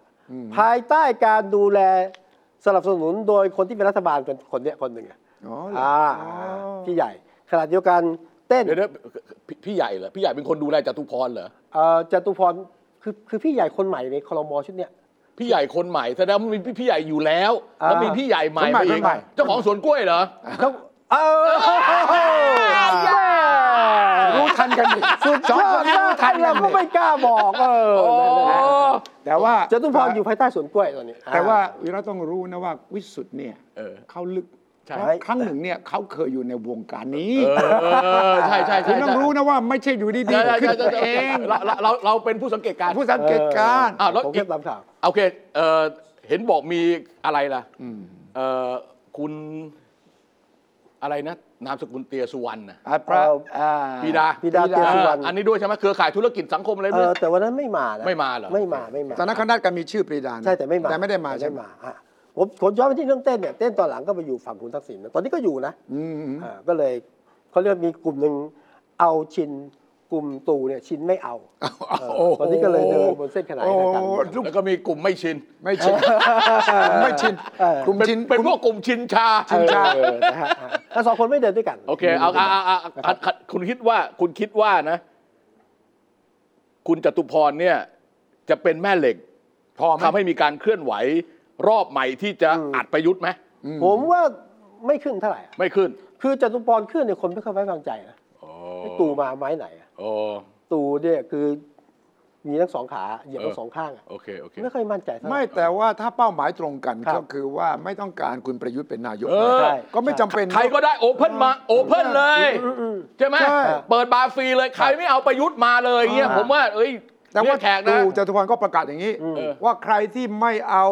Speaker 1: ภายใต้การดูแลสนับสนุนโดยคนที่เป็นรัฐบาลเป็นคนเนี้ยคนหนึ่งอะ
Speaker 3: อ๋อเหรอ
Speaker 1: อ่าพี่ใหญ่ขณะเดียวกันเต้น
Speaker 2: เดี๋ยวเดี๋ยวพี่พี่ใหญ่เหรอพี่ใหญ่เป็นคนดูแลจตุพรเหรอ
Speaker 1: เอ่อจตุพรคือคือพี่ใหญ่คนใหม่ในคลมชุดเนี้ย
Speaker 2: พี่ใหญ่คนใหม่แสดงว่ามีพี่ใหญ่อยู่แล้ว
Speaker 1: อ่า
Speaker 2: แล้วมีพี่ใหญ่ใหม่
Speaker 3: คนใหม่
Speaker 2: มาอี
Speaker 3: ค
Speaker 2: ก
Speaker 3: นใหม่
Speaker 2: เจ้าของสวนกล้วยเหรอ
Speaker 1: เขาเออ
Speaker 3: รู้ทันกันดิ
Speaker 1: สุดย
Speaker 3: ส
Speaker 1: อ
Speaker 3: อง
Speaker 1: ด
Speaker 3: คนนี้รู้ทั
Speaker 1: มาน ก
Speaker 3: กั
Speaker 1: เรา
Speaker 3: น
Speaker 1: ก็
Speaker 3: ดิ
Speaker 1: ไม่กล้าบอกเออนั่นแหละ
Speaker 3: แต่ว่า
Speaker 1: จตุพรอยู่ภายใต้สวนกล้วยตอนนี้
Speaker 3: แต่ว่าวิระต้องรู้นะว่าวิสุทธ์เนี่ย
Speaker 2: เออ
Speaker 3: เขาลึก
Speaker 1: ใช่
Speaker 3: เพราะครั้งหนึ่งเนี่ยเขาเคยอยู่ในวงการนี้
Speaker 2: เออใช่ใช่
Speaker 3: คุ
Speaker 2: ใช่
Speaker 3: ณต้องรู้นะว่าไม่ใช่อยู่ดี
Speaker 2: ใช่ใช่
Speaker 3: ๆขึ้น
Speaker 2: ใช่
Speaker 3: มา
Speaker 2: ใช่
Speaker 3: เอง
Speaker 2: เราเราเราเราเป็นผู้สังเกตการณ์
Speaker 3: ผู้สังเกตการณ์
Speaker 2: อ้าวแล้ว
Speaker 1: ผม
Speaker 2: อี
Speaker 1: แค่
Speaker 2: ก
Speaker 1: ตามข่าว
Speaker 2: โอเคเออเห็นบอกมีอะไรล่ะเออคุณอะไรนะ นามสกุลเตียสุวรรณนะ
Speaker 3: อ่ะพระ
Speaker 1: เอ่อ
Speaker 3: อ่
Speaker 2: ปีดา
Speaker 1: ปีดาเตียสุวรรณ
Speaker 2: อ่าอันนี้ด้วยใช่ไหมเครือข่ายธุรกิจสังคมอะไร
Speaker 1: เอ
Speaker 2: ด้วย
Speaker 1: อแต่วันนั้นไม่มานะ
Speaker 2: ไม่มาเหรอ
Speaker 1: ไม่มาไม่มา
Speaker 3: ตอนนั้นเขานัดกันมีชื่อปรีดานะ
Speaker 1: ใช่แต่ไม่มา
Speaker 3: แต่ไม่ได้มาใช่ไหม
Speaker 1: มาอ่ะผมผมย้อนไปที่เรื่องเต้นเนี่ยเต้นตอนหลังก็ไปอยู่ฝั่งคุณทักษิณนะตอนนี้ก็อยู่นะ
Speaker 3: อืม
Speaker 1: อ่าก็เลยเขาเรียกมีกลุ่มหนึ่งเอาชินกลุ่มตู่เนี่ยชินไม่เอาเออตอนนี้ก็เลยเดินบนเส้นขนาน
Speaker 3: โอ้
Speaker 1: ทางการเมือง
Speaker 3: ลูก
Speaker 2: แล้วก็มีกลุ่มไม่ชิน
Speaker 3: ไม่ชิน ไม่ชิน
Speaker 1: เออ
Speaker 3: กลุ่ม
Speaker 2: เป็น
Speaker 3: ชิน
Speaker 2: เป็นพวกกลุ่มชินชา
Speaker 1: เออเออนะฮะอ่ะแล้วสองคนไม่เดินด้วยกัน
Speaker 2: โอเคเอาเอาเอาเอาเอาเอาคุณคิดว่า คุณคิดว่านะ คุณจตุพรเนี่ย จะเป็นแม่เหล็ก
Speaker 3: พอไหม
Speaker 2: ทำให้มีการเคลื่อนไหว รอบใหม่ที่จะ
Speaker 1: อืม
Speaker 2: อัดประยุทธ์ไหม
Speaker 1: ผมว่าไม่ขึ้นเท่าไหร่อ่ะ
Speaker 2: ไม่ขึ้น
Speaker 1: คือจตุพรขึ้นเนี่ยคนไม่ค่อยไว้วางใจนะไอ้ตู่มาไม้ไหนอ่ะ
Speaker 2: โอ้
Speaker 1: ตู่เนี่ยคือมีทั้งสองขาเหยียบทั้งสองข้างอ่ะ
Speaker 2: โอเคโอเค
Speaker 1: ไม่ค่อยมั่นใจเท่าไหร่
Speaker 3: ไม่แต่ว่าถ้าเป้าหมายตรงกัน
Speaker 1: ครับ
Speaker 3: ก็คือว่าไม่ต้องการคุณประยุทธ์เป็นนายก
Speaker 2: เออ
Speaker 1: ใช่
Speaker 3: ก็ไม่จำเป็น
Speaker 2: ใครก็ได้โอเพ่นมาโอเพ่นเลย ใช่ไหม
Speaker 3: ใช่
Speaker 2: เปิดบาร์ฟรีเลย ใครไม่เอาประยุทธ์มาเลยเงี้ยผมว่า เอ้ย
Speaker 3: แต่ว่า
Speaker 2: เรียกแขกนะ
Speaker 3: ตู่จตุพรก็ประกาศอย่างนี้
Speaker 1: อืม
Speaker 3: ว่าใครที่ไม่เอา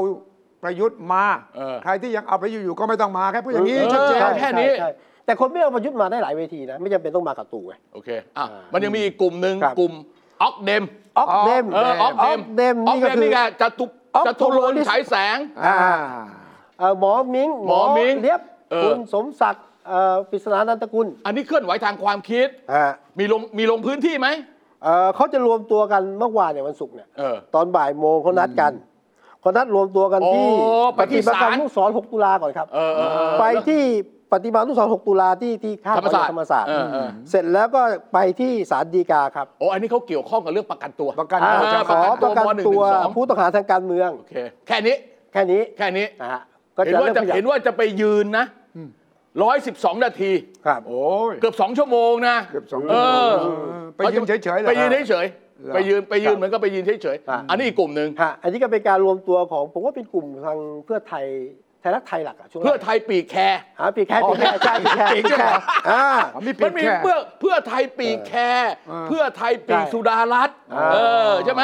Speaker 3: ประยุทธ์มา
Speaker 2: เออ
Speaker 3: ใครที่ยังเอาประยุทธ์อยู่ก็ไม่ต้องมาแค่พูดอย่างนี้
Speaker 2: เออ
Speaker 3: ชัดเจน
Speaker 2: แค่นี้
Speaker 1: ใช่ใช่ แต่คนไม่เอาประยุทธ์มาได้หลายเวทีนะ ไม่จำเป็นต้องมากับตู่ไง
Speaker 2: โอเคอ่ะ
Speaker 1: อ่ามั
Speaker 2: มันยังมีอีกกลุ่มหนึ่ง
Speaker 1: ครับ
Speaker 2: กลุ่มออกเดม
Speaker 1: ออกเดม
Speaker 2: เออออกเดม
Speaker 1: เดม
Speaker 2: ออก
Speaker 1: นี่ก็คือ
Speaker 2: เดมนี่ไงจตุ
Speaker 1: ออก
Speaker 2: จตุรน
Speaker 1: โทรลิส
Speaker 2: ฉายแสง
Speaker 3: อ่า
Speaker 1: เอ่อหมอมิง
Speaker 2: หมอมิ้ง
Speaker 1: เลียบ
Speaker 2: เออ
Speaker 1: คุณสมศักดิ์เอ่อปริศนานันตกุล
Speaker 2: อันนี้เคลื่อนไหวทางความคิด
Speaker 1: ฮะ
Speaker 2: มีลงมีลงพื้นที่ไหม
Speaker 1: เอ่อเขาจะรวมตัวกันเมื่อวานเนี่ยวันศุกร์เนี่ย
Speaker 2: เออ
Speaker 1: ตอนบ่ายโมงเขานัดกันเขานัดรวมตัวกันที่
Speaker 2: โอ้ไปที่
Speaker 1: บัติการ
Speaker 2: ศาล
Speaker 1: ลูกศร6ตุลาก่อนครับ
Speaker 2: เออเออเออ
Speaker 1: ไปที่ปฏิบัติลูกศร6ตุลาที่ที่ข้าง
Speaker 2: ธรรมศาสตร์
Speaker 1: ธรรมศาสตร์
Speaker 2: เออเออ
Speaker 1: เสร็จแล้วก็ไปที่ศาลฎีกาครับ
Speaker 2: โอ้อันนี้เขาเกี่ยวข้องกับเรื่องประกันตัว
Speaker 3: ประกัน
Speaker 1: อ่า
Speaker 3: ตัว
Speaker 2: เออ
Speaker 1: ข
Speaker 2: ประ
Speaker 1: อประกั
Speaker 2: กันตัว
Speaker 1: น
Speaker 2: มหนึ่ง
Speaker 1: ตั
Speaker 2: หนึ่
Speaker 1: ว
Speaker 2: งสอง
Speaker 1: ผู้ต้องหาทางการเมือง
Speaker 2: โอเคแค่นี้
Speaker 1: แค่นี้
Speaker 2: แค่นี้
Speaker 1: นะฮะก็
Speaker 2: เห็น
Speaker 1: จะ
Speaker 2: ว่า
Speaker 1: เริ่ม
Speaker 2: จะ
Speaker 1: ขยับ
Speaker 2: เห็นว่าจะไปยืนนะร้อยสิบสองนาที
Speaker 1: ครับ
Speaker 3: โอ้ย
Speaker 2: เกือบสองชั่วโมงนะ
Speaker 3: เกือบสองชั่
Speaker 2: เอ
Speaker 3: วโมง
Speaker 2: อ
Speaker 3: ไปยืนเฉยๆเหรอ
Speaker 2: ไปยืนเฉย
Speaker 3: หร
Speaker 2: ๆ
Speaker 3: อ
Speaker 2: ไปยืนไปยืนเหมือนก็ไปยืนเฉย
Speaker 1: อ่ะ
Speaker 2: ๆอันนี้อีกกลุ่มหนึ่ง
Speaker 1: ฮะอันนี้ก็เป็นการรวมตัวของผมว่าเป็นกลุ่มทางเพื่อไทยไทยรักไทยหลักอะช่วงแรก
Speaker 2: เพื่อไทยปีกแคร์
Speaker 1: หาปีแค่ปีแค่ใช่ปีแค่ปีแค่อ่า
Speaker 3: อ๋อมีปี
Speaker 2: มัน
Speaker 3: ก
Speaker 2: มี
Speaker 3: แค่
Speaker 2: เพื่อเพื่อไทยปีกแคร์
Speaker 3: เออ
Speaker 2: เพื่อไทยปีก
Speaker 1: ใช่
Speaker 2: สุดารัตน์
Speaker 1: อ่า
Speaker 2: เออใช่ไหม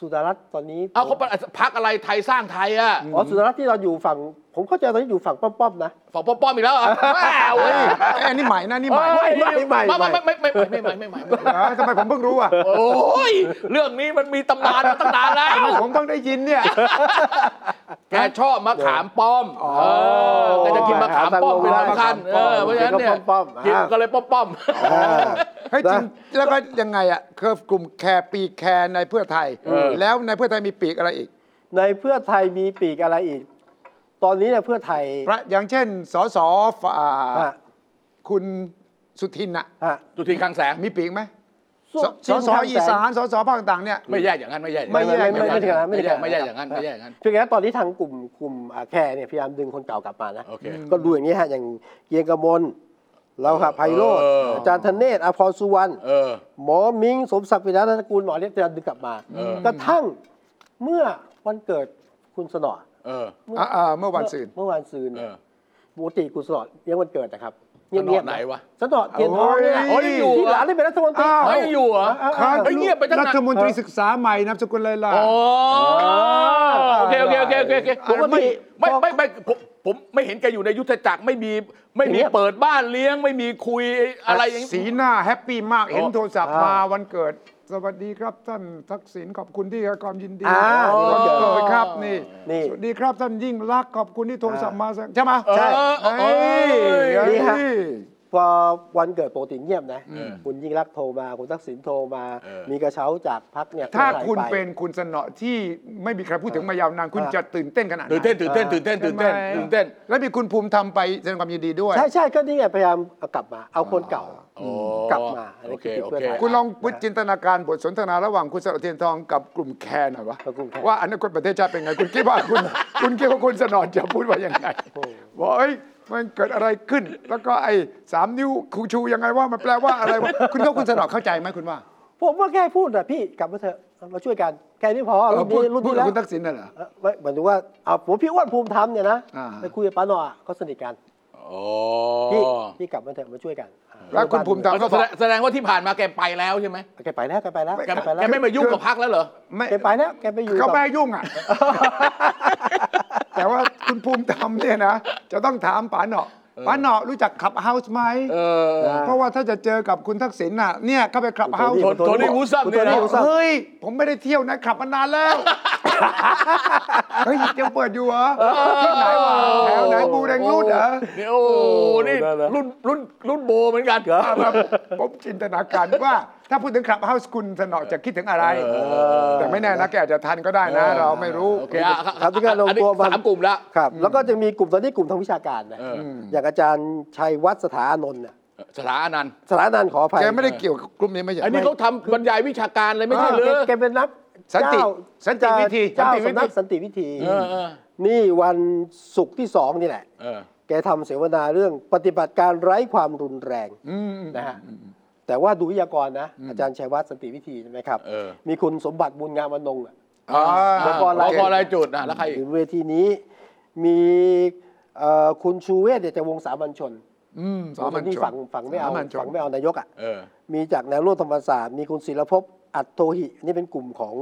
Speaker 1: สุดารัตน์ตอนนี้
Speaker 2: เอาเขาไปพักอะไรไทยสร้างไทยอ่ะ
Speaker 1: อ๋อสุดารัตน์ที่เราอยู่ฝั่ง ผมเข้าใจตอนนี้อยู่ฝั่งป้อมๆนะ
Speaker 2: ฝั่งป้อมๆอีกแล้วเหรอ่ะแม่เว้ย
Speaker 3: เอ้ยอันนี้ใหม่นะนี่ใหม่
Speaker 2: เอ้ย
Speaker 1: ไม่ไม่ไม่
Speaker 2: ไม่ไม่ไม่ไม่ไม่ไม่ไม่ไม่
Speaker 3: เออทำไมผมเพิ่งรู้อ่ะ
Speaker 2: โอ้ยเรื่องนี้มันมีตำนานมาตั้งนานแล้ว
Speaker 3: ผมเพิ่งได้ยินเนี่ย
Speaker 2: แกชอบมะขามป้อม เออแกจะกินมะขามป้อมเป็นสำคัญ เออ เพราะฉะนั้นเนี่ย
Speaker 1: กินก็ป้อมๆอ่ากิ
Speaker 2: กินก็เลยป้อมป้อม
Speaker 3: เฮ้ยจริงแล้วก็ยังไงอ่ะเคอร์ฟกลุ่มแคร์ปีกแคร์ในเพื่อไทย แล้วในเพื่อไทยมีปีกอะไรอีก
Speaker 1: ในเพื่อไทยมีปีกอะไรอีก ตอนนี้เนี่ยเพื่อไทย
Speaker 3: พระอย่างเช่นสสฝ่า
Speaker 1: ฮะ
Speaker 3: คุณสุทินน่ะ
Speaker 1: ฮะ
Speaker 2: จุทีนคลังแสง
Speaker 3: มีปีกไหม
Speaker 1: สู้
Speaker 3: สส
Speaker 1: สู้
Speaker 3: ส
Speaker 1: ทาง
Speaker 3: อี
Speaker 1: แส
Speaker 3: สาง นสสภาคต่างๆเนี่ย
Speaker 2: ไม่แย่อย่างนั้นไม่แย่อย่าง
Speaker 1: ไม่
Speaker 2: นั้น
Speaker 1: แย่ไม่ไม่ถึงขนาดนั้นไม่
Speaker 2: ไม่
Speaker 1: ถึงข
Speaker 2: แย่
Speaker 1: นาดนั้น
Speaker 2: ไม่แย่อย่างนั้นไม่แย่อย่างนั้น
Speaker 1: เพียงแค่ตอนนี้ทางกลุ่มกลุ่มอ่าแคร์เนี่ยพยายามดึงคนเก่ากลับมานะ
Speaker 2: โอเค
Speaker 1: ก็ดูอย่างนี้ฮะ อย่างเกียงกมลเราค่ะไพโรธ
Speaker 2: เออ
Speaker 1: อาจารย์ธเนศอภรณ์สุวรรณ
Speaker 2: เออ
Speaker 1: หมอมิง สมศักดิ์ปิยะรัตนกูลหมอเรียกจะดึงกลับมา
Speaker 2: เออ
Speaker 1: กระทั่งเมื่อวันเกิดคุณสนอ
Speaker 2: เออ
Speaker 3: อ่าอ่าเมื่อวันซืน
Speaker 1: เมื่อวันซืน
Speaker 2: เออ
Speaker 1: ปกติคุณสนอเลี้ยงวันเกิดนะครับ
Speaker 2: สนอไหนวะ
Speaker 1: สนอเทียนทองเนี่ย
Speaker 2: โอ้ยยังอยู่
Speaker 1: ที่
Speaker 2: เหรอ
Speaker 1: หลานได้เป็นรัฐมนตรี
Speaker 3: อ้าว
Speaker 2: เฮ้ยยังอยู่เหรอ
Speaker 1: อ่าอ่า
Speaker 2: เฮ้ยเงียบไปตั้งนาน
Speaker 3: รัฐมนตรีศึกษาใหม่นามสกุลเลยล่ะ
Speaker 2: อ๋อโอเคโอเคโอเคโอเคโอเคผมว่าไม่ไม่ไม่ไม่ผมผมไม่เห็นแกอยู่ในยุทธจักรไม่มีไม่มี
Speaker 1: เงียบ
Speaker 2: เปิดบ้านเลี้ยงไม่มีคุยอะไรอย่างนี้
Speaker 3: สีหน้าแฮปปี้มากเห็น
Speaker 2: อ๋อ
Speaker 3: โทรศัพท์
Speaker 1: อ่าม
Speaker 3: มาวันเกิด สวัสดีครับท่านทักษิณขอบคุณที่ให้ความยินดี
Speaker 1: อ่า
Speaker 3: อ๋อ
Speaker 1: นี่วันเกิด
Speaker 3: วันเกิดครับนี่
Speaker 1: นี่
Speaker 3: สวัสดีครับท่านยิ่งรักษณ์ขอบคุณที่โทรศัพท์มาสั่งใช่ไหม
Speaker 2: เออ
Speaker 1: ใช่
Speaker 2: เออ
Speaker 3: เอ้ย
Speaker 2: เอ้ย
Speaker 1: นี่ฮะ
Speaker 3: เอ้ย
Speaker 1: พอวันเกิดปกติเงียบนะ
Speaker 2: เออ
Speaker 1: คุณยิ่งรักษณ์โทรมาคุณทักษิณโทรมา
Speaker 2: เออ
Speaker 1: มีกระเช้าจากพักเนี่ย
Speaker 3: ถ้า
Speaker 1: ใส่
Speaker 3: คุณ
Speaker 1: ไ
Speaker 3: เป็นคุณสนอที่ไม่มีใครพูดถึงมายาวนานคุณ
Speaker 1: อ่า
Speaker 3: จะตื่นเต้นขนาดไหน
Speaker 2: ตื่นเต้นตื่นเต้นตื่นเต้นตื่นเต้น
Speaker 3: ใช่ไหม
Speaker 2: ตื่นเต้น
Speaker 3: แล้วมีคุณภูมิธรรมไปแสดงความยินดีด้วย
Speaker 1: ใช่ใช่ก็นี่ไงพยายามเอากลับมา เอาคนเก่า
Speaker 2: อ๋อ
Speaker 1: มกลับมาอะไร
Speaker 2: โอเค
Speaker 1: คือจุด
Speaker 2: โอ
Speaker 1: เปลี่
Speaker 2: เค
Speaker 1: ยน
Speaker 3: คุณลองจินตนาการบทสนทนาระหว่างคุณสนอเทียนทองกับกลุ่มแคร์หน่อยวะ
Speaker 1: กับกลุ่มแคร์
Speaker 3: ว่าอนาคตประเทศชาติเป็นไง คุณคิดว่า คุณ คุณคิดว่าคุณสนอจะพูดว่ายังไงบอกเอ้ยมันเกิดอะไรขึ้น แล้วก็ไอ้สามนิ้วคูชูยังไงว่ามันแปลว่าอะไรวะคุณคิดว่าคุณสนอเข้าใจไหมคุณว่า
Speaker 1: ผมว่าแค่พูดนะพี่กลับมาเถอะเราช่วยกันแค่นี้พอ
Speaker 3: เออ
Speaker 1: รุ่น
Speaker 3: พูด
Speaker 1: นี้รุ่น
Speaker 3: พูด
Speaker 1: ที่แล้ว
Speaker 3: กับคุณทักษิณน่ะเหรอ
Speaker 1: เอ่อไม่หมายถึงว่าเอาผมพี่อ้วนภูมิธรรมเนี่ยนะ
Speaker 3: อ่า
Speaker 1: ไปคุยกับป้าหนออ่ะเขาสนิทกัน
Speaker 2: โอ้
Speaker 1: พี่พี่กลับมาเถอะมาช่วยกันอ่า
Speaker 3: แล้วคุณภูมิธรรม
Speaker 2: แสดงแสดงว่าที่ผ่านมาแกไปแล้วใช่ไหม
Speaker 1: แกไปแล้วแกไปแล้ว
Speaker 2: แก
Speaker 1: แกไปแล้ว
Speaker 2: แกไม่มายุ่งกับพักแล้วเหรอ
Speaker 3: ไม่
Speaker 1: แกไปแล้วแกไปอยู่
Speaker 3: เขา
Speaker 1: กับ
Speaker 3: ไม่ให้ยุ่ง อ่ะ แต่ว่าคุณภูมิธรรมเนี่ยนะจะต้องถามป๋าเหนาะป๋าเหนาะรู้จักขับเฮาส์ไหม
Speaker 2: เออ
Speaker 3: เพราะว่าถ้าจะเจอกับคุณทักษิณน่ะเนี่ยเข้าไปขับเฮาส์
Speaker 2: โทนี่วูซัม
Speaker 1: คุณโท
Speaker 2: เนี่ยนะ
Speaker 1: นี่วูซัม
Speaker 3: เฮ้ย ผมไม่ได้เที่ยวนะขับมานานแล้ว เฮ้ยยังเปิดอยู่เหรอที่ไหนวะแถวไหนบูแดงรูดเหรอ
Speaker 2: เนี่ยโอ้นี่รุ่นรุ่นรุ่นโบเหมือนกันเหรอ
Speaker 3: ผมจินตนาการว่า ถ้าพูดถึงขับเฮาส์คุณสนอจะคิดถึงอะไร แต่ไม่แน่นะแกอาจจะทันก็ได้นะ เราไม่รู้
Speaker 2: โอเคอ่ะ
Speaker 1: ครับที่การลง
Speaker 2: อันนี้
Speaker 1: ตัว
Speaker 2: สามกลุ่มละ
Speaker 1: ครับ แล้วก็จะมีกลุ่มตอนนี้กลุ่มทางวิชาการนะ
Speaker 2: เอออื
Speaker 1: อย่างอาจารย์ชัยวัฒน์สถาอานนท์น่ะ
Speaker 2: สถาอนันต์
Speaker 1: สถาอานนท์ขออภัย
Speaker 3: แกไม่ได้เกี่ยวกับกลุ่มนี้ไม่ใช่
Speaker 2: อันนี้เขาทำบรรยายวิชาการเลยไม่ใช่
Speaker 1: อ่า
Speaker 2: เหรอ
Speaker 1: แกเป็นนัก
Speaker 3: สันติ
Speaker 1: เจ้า
Speaker 3: สันติวิธี
Speaker 1: เจ้า
Speaker 3: สันติวิ
Speaker 1: สำนั
Speaker 3: ธี
Speaker 1: กสันติวิธี
Speaker 2: เออเออ
Speaker 1: นี่วันศุกร์ที่สองนี่แหละ
Speaker 2: เออ
Speaker 1: แกทำเสวนาเรื่องปฏิบัติการไร้ความรุนแรงนะฮะแต่ว่าดูวิทยากรนะ อาจารย์ชัยวัฒน์สันติวิธีใช่ไหมครับ
Speaker 2: เออ
Speaker 1: มีคุณสมบัติบุญงามอนงค์อะ
Speaker 3: อ่า
Speaker 1: บก
Speaker 2: รกรายจุดนะแล้วใครอี
Speaker 1: อก ยู่เวทีนี้มีเอ่อคุณชูเวศเดชวงศ์สามัญชน
Speaker 3: อืมสามัญ
Speaker 1: ที่
Speaker 3: ชน
Speaker 1: ฝั่งฝั่งไม่เอา
Speaker 3: สญชน
Speaker 1: ฝั่งไม่เอานายกอ่ะ
Speaker 2: เออ
Speaker 1: มีจากแนวร่วมธรรมศาสตร์มีคุณศิลภพอัตโทหิอันนี่เป็นกลุ่มของ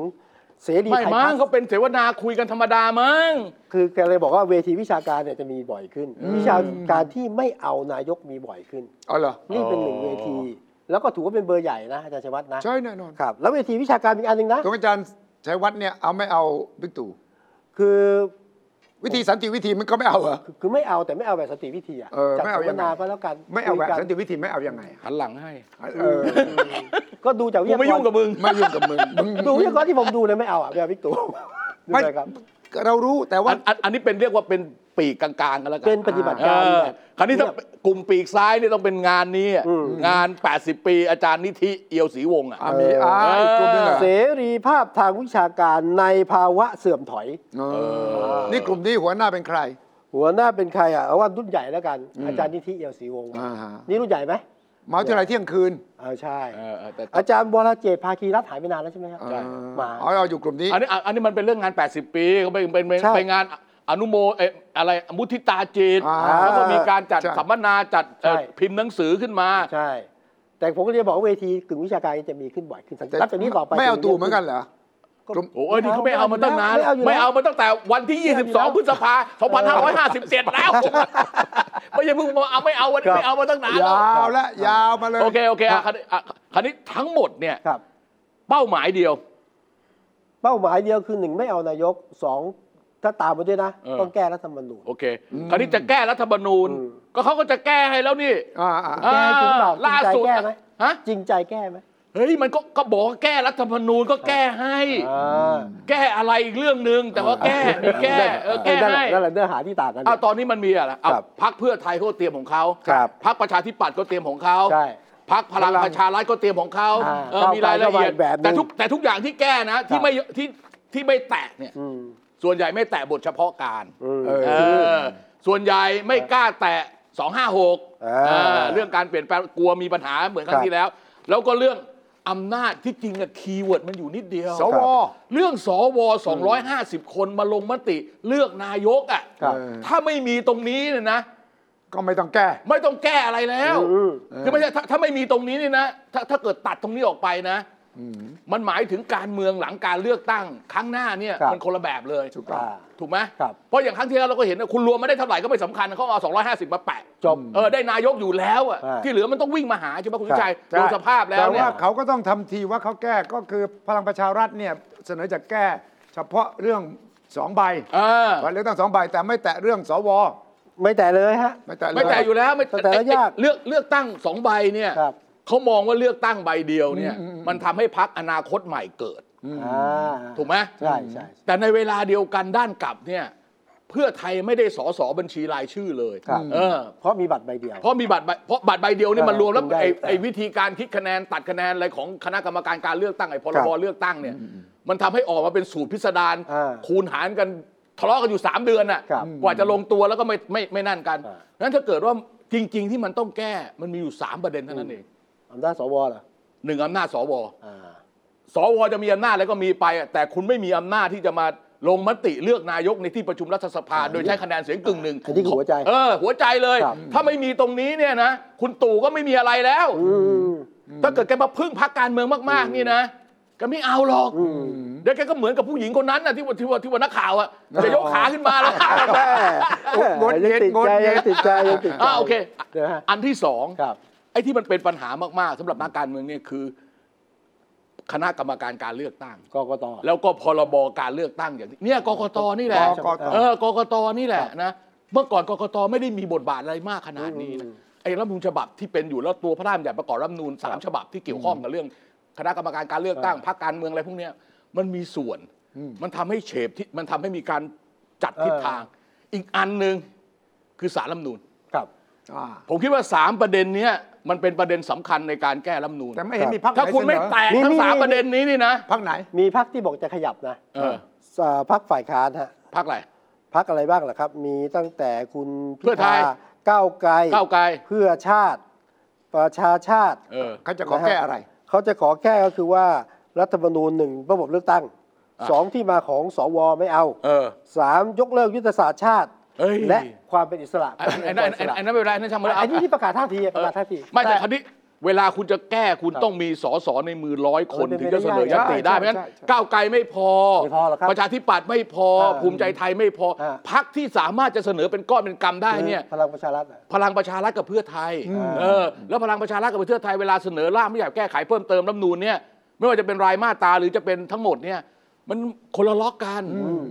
Speaker 1: เสรี
Speaker 2: ไม่
Speaker 1: ไทย
Speaker 2: มั้
Speaker 1: พั
Speaker 2: ง
Speaker 1: ฒน์
Speaker 2: เขาเป็นเสวนาคุยกันธรรมดามั้ง
Speaker 1: คือแกเลยบอกว่าเวทีวิชาการเนี่ยจะมีบ่อยขึ้น วิชาการที่ไม่เอานายกมีบ่อยขึ้น
Speaker 3: เอาเหรอ
Speaker 1: นี่เป็นหนึ่งเวที แล้วก็ถือว่าเป็นเบอร์ใหญ่นะอาจารย์ชัยวัฒน์นะ
Speaker 3: ใช่แน่นอน
Speaker 1: ครับ แล้วเวทีวิชาการอีกอันหนึ่งนะ
Speaker 3: ตรงอาจารย์ชัยวัฒน์เนี่ยเอาไม่เอาบิ๊กตู่
Speaker 1: คือ
Speaker 3: วิธีสันติวิธีมันก็ไม่เอาเหรอ
Speaker 1: คือคือไม่เอาแต่ไม่เอาแบบสนติวิธีอะ
Speaker 3: เออ
Speaker 1: จัด
Speaker 3: ไม่เอา
Speaker 1: สัมม
Speaker 3: ยังไง
Speaker 1: นาก็แล้วกัน
Speaker 3: ไม่เอาแบบ
Speaker 1: คุยกัน
Speaker 3: สันติวิธีไม่เอายังไงอะ
Speaker 2: หันหลังให้
Speaker 3: เออ
Speaker 1: ก็ดูจากวิท
Speaker 2: กู
Speaker 1: ยา
Speaker 2: ไม่ยุ่ง
Speaker 1: ก
Speaker 2: กับ
Speaker 1: ร
Speaker 2: มึง
Speaker 3: ไม่ยุ่งกับมึงมึง
Speaker 1: ดูวิทยากรที่ผมดูเลยไม่เอาอะไม่เอาพิกตู่ดู
Speaker 3: ไม่
Speaker 1: เลยครับ
Speaker 3: เรารู้แต่ว่า
Speaker 2: อันอันอันนี้เป็นเรียกว่าเป็นปีกกลางๆกันแล้วกัน
Speaker 1: เป็นปฏิบัติการ
Speaker 2: เออ
Speaker 1: แบบ
Speaker 2: คราวนี้ถ้ากลุ่มปีกซ้ายเนี่ยต้องเป็นงานนี้อะ
Speaker 1: อืม
Speaker 2: งาน 80 ปีอาจารย์นิธิเอียวศรีวงศ์อ่ะ
Speaker 3: อ่ะมีอา
Speaker 2: เอออี
Speaker 3: อีกกลุ่มหนึงเหรอ
Speaker 1: เสรีภาพทางวิชาการในภาวะเสื่อมถอย
Speaker 3: เออนี่กลุ่มนี้หัวหน้าเป็นใคร
Speaker 1: หัวหน้าเป็นใครอ่ะเอาว่ารุ่นใหญ่แล้วกัน อาจารย์นิธิเอียวศรีวงศ์
Speaker 3: อ่าฮะ
Speaker 1: นี่รุ่นใหญ่ไหม
Speaker 3: มหาวิทยาลัยเที่ยงคืน
Speaker 1: เออใช่
Speaker 2: เออเออแต่
Speaker 1: อาจารย์วรเจตน์ภาคีรัฐหายไปนานแล้วใช่ไหมครับ
Speaker 3: เออ
Speaker 1: มา
Speaker 3: เอาเอาอยู่กลุ่มนี้
Speaker 2: อันนี้อันอันนี้มันเป็นเรื่องงาน 80 ปีเขาเป็นเป็นเป็น
Speaker 1: ใช่
Speaker 2: เป็นงานอนุโมเอ่ออะไรมุทิตาจิต
Speaker 3: อ่า
Speaker 2: แล้วก็มีการจัด
Speaker 3: ใช่
Speaker 2: สัมมนาจัดเอ่อ
Speaker 1: ใช่
Speaker 2: พิมพ์หนังสือขึ้นมา
Speaker 1: ใช่ แต่ผมก็เรียนบอกว่าเวทีกึ่งวิชาการจะมีขึ้นบ่อยขึ้นสังเกตหลังจากนี้ต่อไป
Speaker 3: ไม่เอาตู่เหมือนกันเหรอ กลุ่ม
Speaker 2: โอ้ยนี่เขาไม่เอามาตั้งนาน
Speaker 1: ไม่เอาอยู่
Speaker 2: ไม่
Speaker 1: แล้ว
Speaker 2: เอามาตั้งแต่วันที่ 22 พฤษภา2557 แล้ว ไม่ใช่เพิ่งมาเอาไม่เอาวัน
Speaker 1: ครับ
Speaker 2: ไม่เอามาตั้งนาน
Speaker 3: ย
Speaker 2: แล้ว
Speaker 3: าวละยาวมาเลย
Speaker 2: โอเคโอเคอ่ะคราวนี้อ่ะคราวนี้ทั้งหมดเนี่ย
Speaker 1: ครับ
Speaker 2: เป้าหมายเดียว
Speaker 1: เป้าหมายเดียวคือหนึ่งไม่เอานายกสองถ้าตามมาด้วยนะ
Speaker 2: เออ
Speaker 1: ต้องแก้รัฐธรรมนูญ
Speaker 2: โอเค คราวนี้จะแก้รัฐธรรมนูญ
Speaker 1: อืม
Speaker 2: ก็เขาก็จะแก้ให้แล้วนี่
Speaker 3: อ่าอ่า
Speaker 1: แก้จริงเปล่าจริง
Speaker 2: ล่า
Speaker 1: ใจ
Speaker 2: สุด
Speaker 1: แก้ไหม
Speaker 2: ฮะ
Speaker 1: จริงใจแก้ไหม
Speaker 2: เฮ้ยมันก็ก็บอกว่าแก้รัฐธรรมนูญก็แก้ให้
Speaker 1: อ่า
Speaker 2: แก้อะไรอีกเรื่องหนึ่งแต่ว่าแก้มีแก้เออแก้
Speaker 1: นั่นแหละ
Speaker 2: ให้
Speaker 1: นั่นแหละเนื้อหาที่ต่างกัน
Speaker 2: อ่ะตอนนี้มันมีอะไรอ่ะ
Speaker 1: ครับ
Speaker 2: พักเพื่อไทยเขาก็เตรียมของเขา
Speaker 1: ครับ
Speaker 2: พักประชาธิปัตย์ก็เตรียมของเขา
Speaker 1: ใช่
Speaker 2: พักพลังประชารัฐก็เตรียมของเขา
Speaker 1: อ่า
Speaker 2: เออมีรายละเอียด
Speaker 1: เข้าไปแบบหนึ่ง
Speaker 2: แต่ทุกแต่ทุกอย่างที่แก้นะ ที่
Speaker 1: ครับ
Speaker 2: ไม่ที่ที่ไม่แตะเนี่ย
Speaker 1: อืม
Speaker 2: ส่วนใหญ่ไม่แตะบทเฉพาะการ
Speaker 1: อืม
Speaker 3: เออ
Speaker 2: เออส่วนใหญ่ไม่กล้าแตะ 256
Speaker 1: อ่า
Speaker 2: เออเรื่องการเปลี่ยนแปลงกลัวมีปัญหาเหมือนครั้
Speaker 1: ครั
Speaker 2: ง
Speaker 1: บ
Speaker 2: ที่แล้ว แล้วก็เรื่องอำนาจที่จริงอะคีย์เวิร์ดมันอยู่นิดเดียว
Speaker 3: สว
Speaker 2: เรื่องสว250 คนมาลงมติเลือกนายกอ่ะ
Speaker 1: ครับ
Speaker 2: ถ้าไม่มีตรงนี้เนี่ยนะ
Speaker 3: ก็ไม่ต้องแก้
Speaker 2: ไม่ต้องแก้อะไรแล้ว
Speaker 1: อืม
Speaker 2: คือไม่ใช่ถ้าถ้าไม่มีตรงนี้เนี่ยนะถ้าถ้าเกิดตัดตรงนี้ออกไปนะมันหมายถึงการเมืองหลังการเลือกตั้ง ครั้งหน้าเนี่ย
Speaker 1: ครับ
Speaker 2: มันคนละแบบเลย
Speaker 3: ถูกต้อง
Speaker 1: อ่า
Speaker 2: ถูกไหม
Speaker 1: ครับ
Speaker 2: เพราะอย่างครั้งที่แล้วเราก็เห็นนะคุณรวมไม่ได้เท่าไหร่ก็ไม่สำคัญเขาเอา 250 มาแปะ
Speaker 1: จบ
Speaker 2: เออได้นายกอยู่แล้วอ่ะ
Speaker 1: ใช่
Speaker 2: ที่เหลือมันต้องวิ่งมาหาใช่ไหมคุณวิชัย
Speaker 3: ใช่
Speaker 2: ดูสภาพแล้ว
Speaker 3: แต่
Speaker 2: เนี่ย
Speaker 3: ว่าเขาก็ต้องทำทีว่าเขาแก้ก็คือพลังประชารัฐเนี่ยเสนอจะแก้ เฉพาะเรื่องสองใบ
Speaker 2: เออ
Speaker 3: วันเลือกตั้งสองใบแต่ไม่แตะเรื่องสว
Speaker 1: ไม่แต่เลยฮะ
Speaker 3: ไม่แตะเล
Speaker 2: ไม่แต่อยู่แล้วไม่
Speaker 1: แต่ละยาก
Speaker 2: เลือกเลือกตั้งสองใบเนี่ย
Speaker 1: ครับ
Speaker 2: เขามองว่าเลือกตั้งใบเดียวเนี่ยมันทำให้พักอนาคตใหม่เกิด
Speaker 1: อ่า
Speaker 2: ถูกไหม
Speaker 1: ใช่ใช่ใช่
Speaker 2: แต่ในเวลาเดียวกันด้านกลับเนี่ยเพื่อไทยไม่ได้สอสอบัญชีรายชื่อเลย
Speaker 1: ครับ
Speaker 2: เออ
Speaker 1: เพราะมีบัตรใบเดียว
Speaker 2: เพราะมีบัตรใบเพราะบัตรใบเดียวนี่
Speaker 1: เออ
Speaker 2: มันรวมแล้ว
Speaker 1: คุณได้
Speaker 2: ไอ้ไอ้วิธีการคิดคะแนนตัดคะแนนอะไรของคณะกรรมการการเลือกตั้งไอ้พรบเลือกตั้งเนี่ยมันทำให้ออกมาเป็นสูตรพิสดาร
Speaker 1: อ่า
Speaker 2: คูณหารกันทะเลาะกันอยู่ 3 เดือนน่ะ
Speaker 1: ครับ
Speaker 2: กว่าจะลงตัวแล้วก็ไม่ไม่ไม่นั่นกัน
Speaker 1: อ่า
Speaker 2: นั้นถ้าเกิดว่าจริง ๆ ที่มันต้องแก้มันมีอยู่ 3 ประเด็นเท่านั้นเอง
Speaker 1: อำนาจสวเหรอ
Speaker 2: หนึ่งอำนาจสว
Speaker 1: อ่า
Speaker 2: สวจะมีอำนาจแล้วก็มีไปอะแต่คุณไม่มีอำนาจที่จะมาลงมติเลือกนายกในที่ประชุมรัฐสภา โดยใช้คะแนนเสียงกึ่งหนึ่ง
Speaker 1: อันนี้คือหัวใจ
Speaker 2: เออหัวใจเลย
Speaker 1: ครับ
Speaker 2: ถ้าไม่มีตรงนี้เนี่ยนะคุณตู่ก็ไม่มีอะไรแล้ว
Speaker 1: อืม
Speaker 2: ถ้าเกิดแกมาพึ่งพักการเมืองมากๆนี่นะแก็ไม่เอาหรอกเดี๋ยวแกก็เหมือนกับผู้หญิงคนนั้นนะที่ว่าที่ว่าที่ว่านัก ข่าวอะจะยกขาขึ้นมาแล้ว
Speaker 1: แม่
Speaker 3: งดเย็
Speaker 1: ยั
Speaker 3: น
Speaker 1: งติด
Speaker 3: งด
Speaker 1: ใจ
Speaker 3: เย็
Speaker 1: ยั
Speaker 3: น
Speaker 1: งติดใจยังติดใจ
Speaker 2: อ่าโอเค
Speaker 1: นะฮะ
Speaker 2: อันที่สอง
Speaker 1: ครับ
Speaker 2: ไอ้ที่มันเป็นปัญหามากๆสำหรับนักการเมืองเนี่ยคือ คณะกรรมการการเลือกตั้ง
Speaker 1: กกต
Speaker 2: แล้วก็พรบการเลือกตั้งอย่างที่เนี่ยกกตนี่แหละ
Speaker 3: กกต
Speaker 2: เออกกตนี่แหละนะเมื่อก่อนกกตไม่ได้มีบทบาทอะไรมากขนาดนี้นะไอ้รัฐธรรมนูญฉบับที่เป็นอยู่แล้วตัวพระราชบัญญัติประกอบรัฐธรรมนูญสามฉบับที่เกี่ยวข้องกับเรื่อง คณะกรรมการการเลือกตั้งพรรคการเมืองอะไรพวกเนี้ยมันมีส่วนมันทำให้เฉบที่มันทำให้มีการจัดทิศ
Speaker 1: เออ
Speaker 2: ทาง อีกอันหนึ่งคือสารรัฐธรรมนูญ
Speaker 1: ครับ
Speaker 3: อ่า
Speaker 2: ผมคิดว่า 3 ประเด็นเนี้ยมันเป็นประเด็นสำคัญในการแก้รัฐธรรมนูญ
Speaker 3: แต่ไม่เห็นมีพักไหน
Speaker 2: ถ้าคุณไม่
Speaker 3: เสนอ
Speaker 2: แตะทั้งสามประเด็นนี้นี่นะ
Speaker 3: พักไหน
Speaker 1: มีพักที่บอกจะขยับนะ
Speaker 2: เออ
Speaker 1: เอ่อพักฝ่ายค้านฮะ
Speaker 2: พักอะไร
Speaker 1: พักอะไรบ้างล่ะครับ มีตั้งแต่คุณ
Speaker 2: เพื่อไทย
Speaker 1: ธาก้าวไกล
Speaker 2: ก้าวไกล
Speaker 1: เพื่อชาติ ประชาชาติ
Speaker 2: เออ
Speaker 3: เขาจะขอแก้อะไร
Speaker 1: เขาจะขอแก้ก็คือว่ารัฐธรรมนูญหนึ่งระบบเลือกตั้ง
Speaker 2: อ่ะ
Speaker 1: สองที่มาของสวไม่เอา
Speaker 2: เออ
Speaker 1: สามยกเลิกยุทธศาสตร์ชาติ
Speaker 2: เอ้ย
Speaker 1: และความเป็นอิสระ
Speaker 2: ไอ้ไอ้นั่นไอ้นั่นไอ้นั่นไม่เป็นไรนั่นช่างมัน
Speaker 1: อันนี้ที่ประกาศท่าทีอะประกาศท่าที
Speaker 2: ไม่แต่คราวนี้ เวลาคุณจะแก้คุณต้องมีสสในมือร้อยคน
Speaker 1: เออเป็นไป
Speaker 2: ถึงจะเสนอยติ
Speaker 1: ได้ใช่
Speaker 2: ได้เพราะฉะนั้น
Speaker 1: ใช่ใช่
Speaker 2: ก้าวไกลไม่พอ
Speaker 1: ไม่พอหรอกครับ
Speaker 2: ประชาธิปัตย์ไม่พอ
Speaker 1: อ่า
Speaker 2: ภูมิใจไทยไม่พอ
Speaker 1: อ่า
Speaker 2: พักที่สามารถจะเสนอเป็นก้อนเป็นกำได้เนี่ย
Speaker 1: พลังประชารัฐน่ะ
Speaker 2: พลังประชารัฐกับเพื่อไทย
Speaker 1: อืม
Speaker 2: เออ แล้วพลังประชารัฐกับเพื่อไทยเวลาเสนอร่างไม่อยากแก้ไขเพิ่มเติมรัฐธรรมนูนเนี่ย ไม่ว่าจะเป็นรายมาตราหรือจะเป็นทั้งหมดเนี่ย มันคนละล็อกกัน